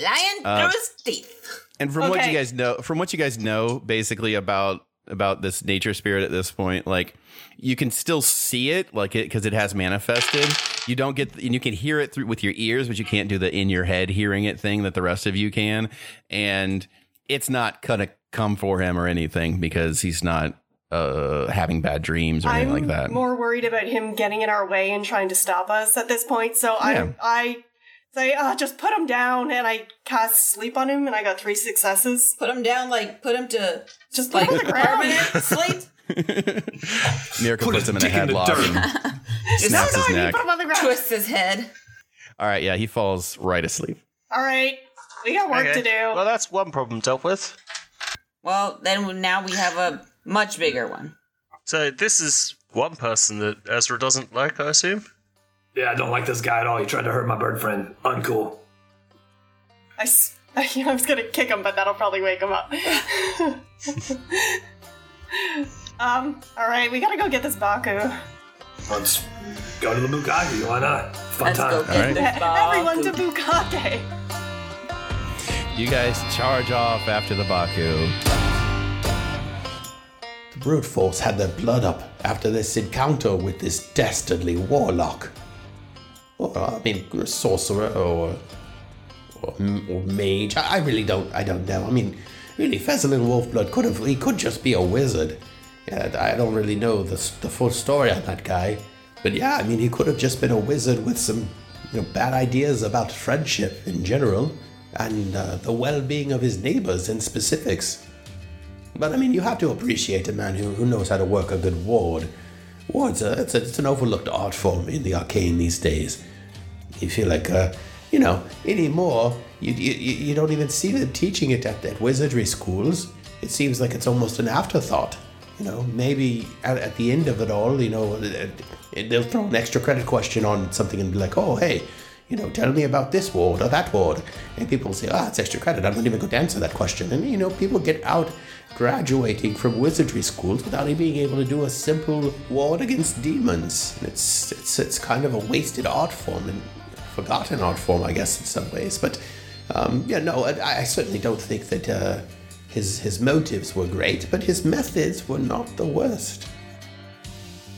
Speaker 9: lying
Speaker 5: Uh,
Speaker 9: through his teeth.
Speaker 5: And from what you
Speaker 8: Okay.
Speaker 5: guys know, from what you guys know, basically about about this nature spirit at this point, like you can still see it, like it because it has manifested. You don't get, and you can hear it through with your ears, but you can't do the in your head hearing it thing that the rest of you can. And it's not gonna come for him or anything because he's not uh having bad dreams or
Speaker 8: I'm
Speaker 5: anything like that.
Speaker 8: more worried about him getting in our way and trying to stop us at this point. So
Speaker 5: Yeah.
Speaker 8: I, I say, uh, just put him down, and I cast sleep on him, and I got three successes.
Speaker 9: Put him down, like put him to
Speaker 8: Just put
Speaker 9: like
Speaker 8: him on
Speaker 9: [laughs]
Speaker 8: the ground.
Speaker 9: permanent sleep.
Speaker 5: Miracle
Speaker 7: Put
Speaker 5: puts
Speaker 7: his
Speaker 5: him in a
Speaker 7: dick in the
Speaker 5: headlock
Speaker 7: dirt.
Speaker 5: and
Speaker 8: no,
Speaker 5: snaps
Speaker 8: no,
Speaker 5: his
Speaker 8: I mean
Speaker 5: neck.
Speaker 8: put him on the ground.
Speaker 9: Twists his head.
Speaker 5: All right, yeah, he falls right asleep.
Speaker 8: All right, we got work to
Speaker 3: Okay.
Speaker 8: do.
Speaker 3: Well, that's one problem dealt with.
Speaker 9: Well, then we- now we have a much bigger one.
Speaker 3: So this is one person that Ezra doesn't like, I assume.
Speaker 7: Yeah, I don't like this guy at all. He tried to hurt my bird friend. Uncool.
Speaker 8: I, s- [laughs] I was gonna kick him, but that'll probably wake him up. um. All right, we gotta go get this Baku.
Speaker 7: Let's go to the Bukaki. Why not? Fun
Speaker 9: Let's
Speaker 7: time.
Speaker 9: go get
Speaker 5: right.
Speaker 9: this ball.
Speaker 8: E-, Everyone to Bukake.
Speaker 5: You guys charge off after the Baku.
Speaker 6: The brute force had their blood up after this encounter with this dastardly warlock. Or, I mean, sorcerer or or, m- or mage. I, I really don't. I don't know. I mean, really, Fezzelin Wolfblood could have. He could just be a wizard. Yeah, I don't really know the s- the full story on that guy. But yeah, I mean, he could have just been a wizard with some you know, bad ideas about friendship in general and uh, the well-being of his neighbors in specifics. But I mean, you have to appreciate a man who, who knows how to work a good ward. Ward's a, it's, a, it's an overlooked art form in the arcane these days. You feel like, uh, you know, anymore, you, you, you you don't even see them teaching it at, at wizardry schools. It seems like it's almost an afterthought. You know, maybe at, at the end of it all, you know, uh, they'll throw an extra credit question on something and be like, oh, hey, you know, tell me about this ward or that ward. And people say, ah, it's extra credit. I'm not even going to answer that question. And, you know, people get out graduating from wizardry schools without even being able to do a simple ward against demons. And it's, it's, it's kind of a wasted art form and forgotten art form, I guess, in some ways. But, um, yeah, no, I, I certainly don't think that uh, his, his motives were great, but his methods were not the worst.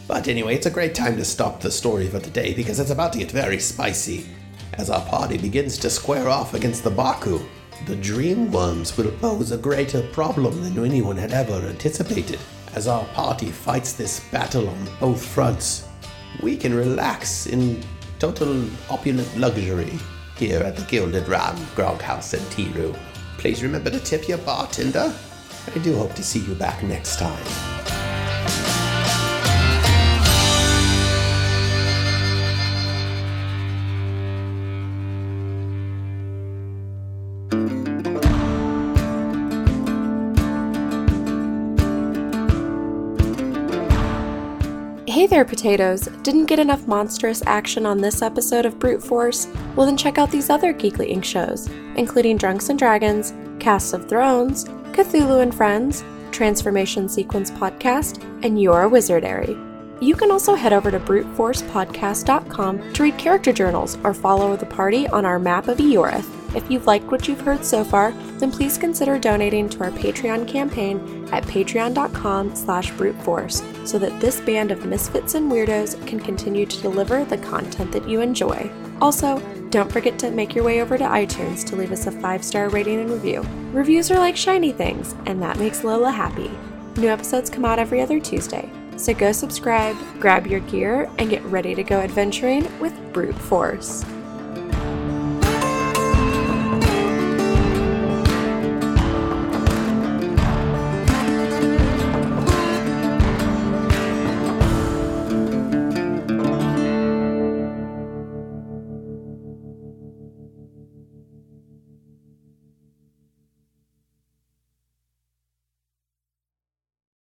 Speaker 6: But anyway, it's a great time to stop the story for today because it's about to get very spicy as our party begins to square off against the Baku. The dream worms will pose a greater problem than anyone had ever anticipated. As our party fights this battle on both fronts, we can relax in total opulent luxury here at the Gilded Ram, Grog House, and Tea Room. Please remember to tip your bartender. I do hope to see you back next time.
Speaker 11: Hey Hey there, potatoes! Didn't get enough monstrous action on this episode of Brute Force? Well, then check out these other Geekly Inc. shows, including Drunks and Dragons, Casts of Thrones, Cthulhu and Friends, Transformation Sequence Podcast, and Your Wizardary. You can also head over to bruteforcepodcast.com to read character journals or follow the party on our map of Eorith. If you've liked what you've heard so far, then please consider donating to our Patreon campaign at patreon.com slash bruteforce so that this band of misfits and weirdos can continue to deliver the content that you enjoy. Also, don't forget to make your way over to iTunes to leave us a five-star rating and review. Reviews are like shiny things, and that makes Lola happy. New episodes come out every other Tuesday, so go subscribe, grab your gear, and get ready to go adventuring with Brute Force.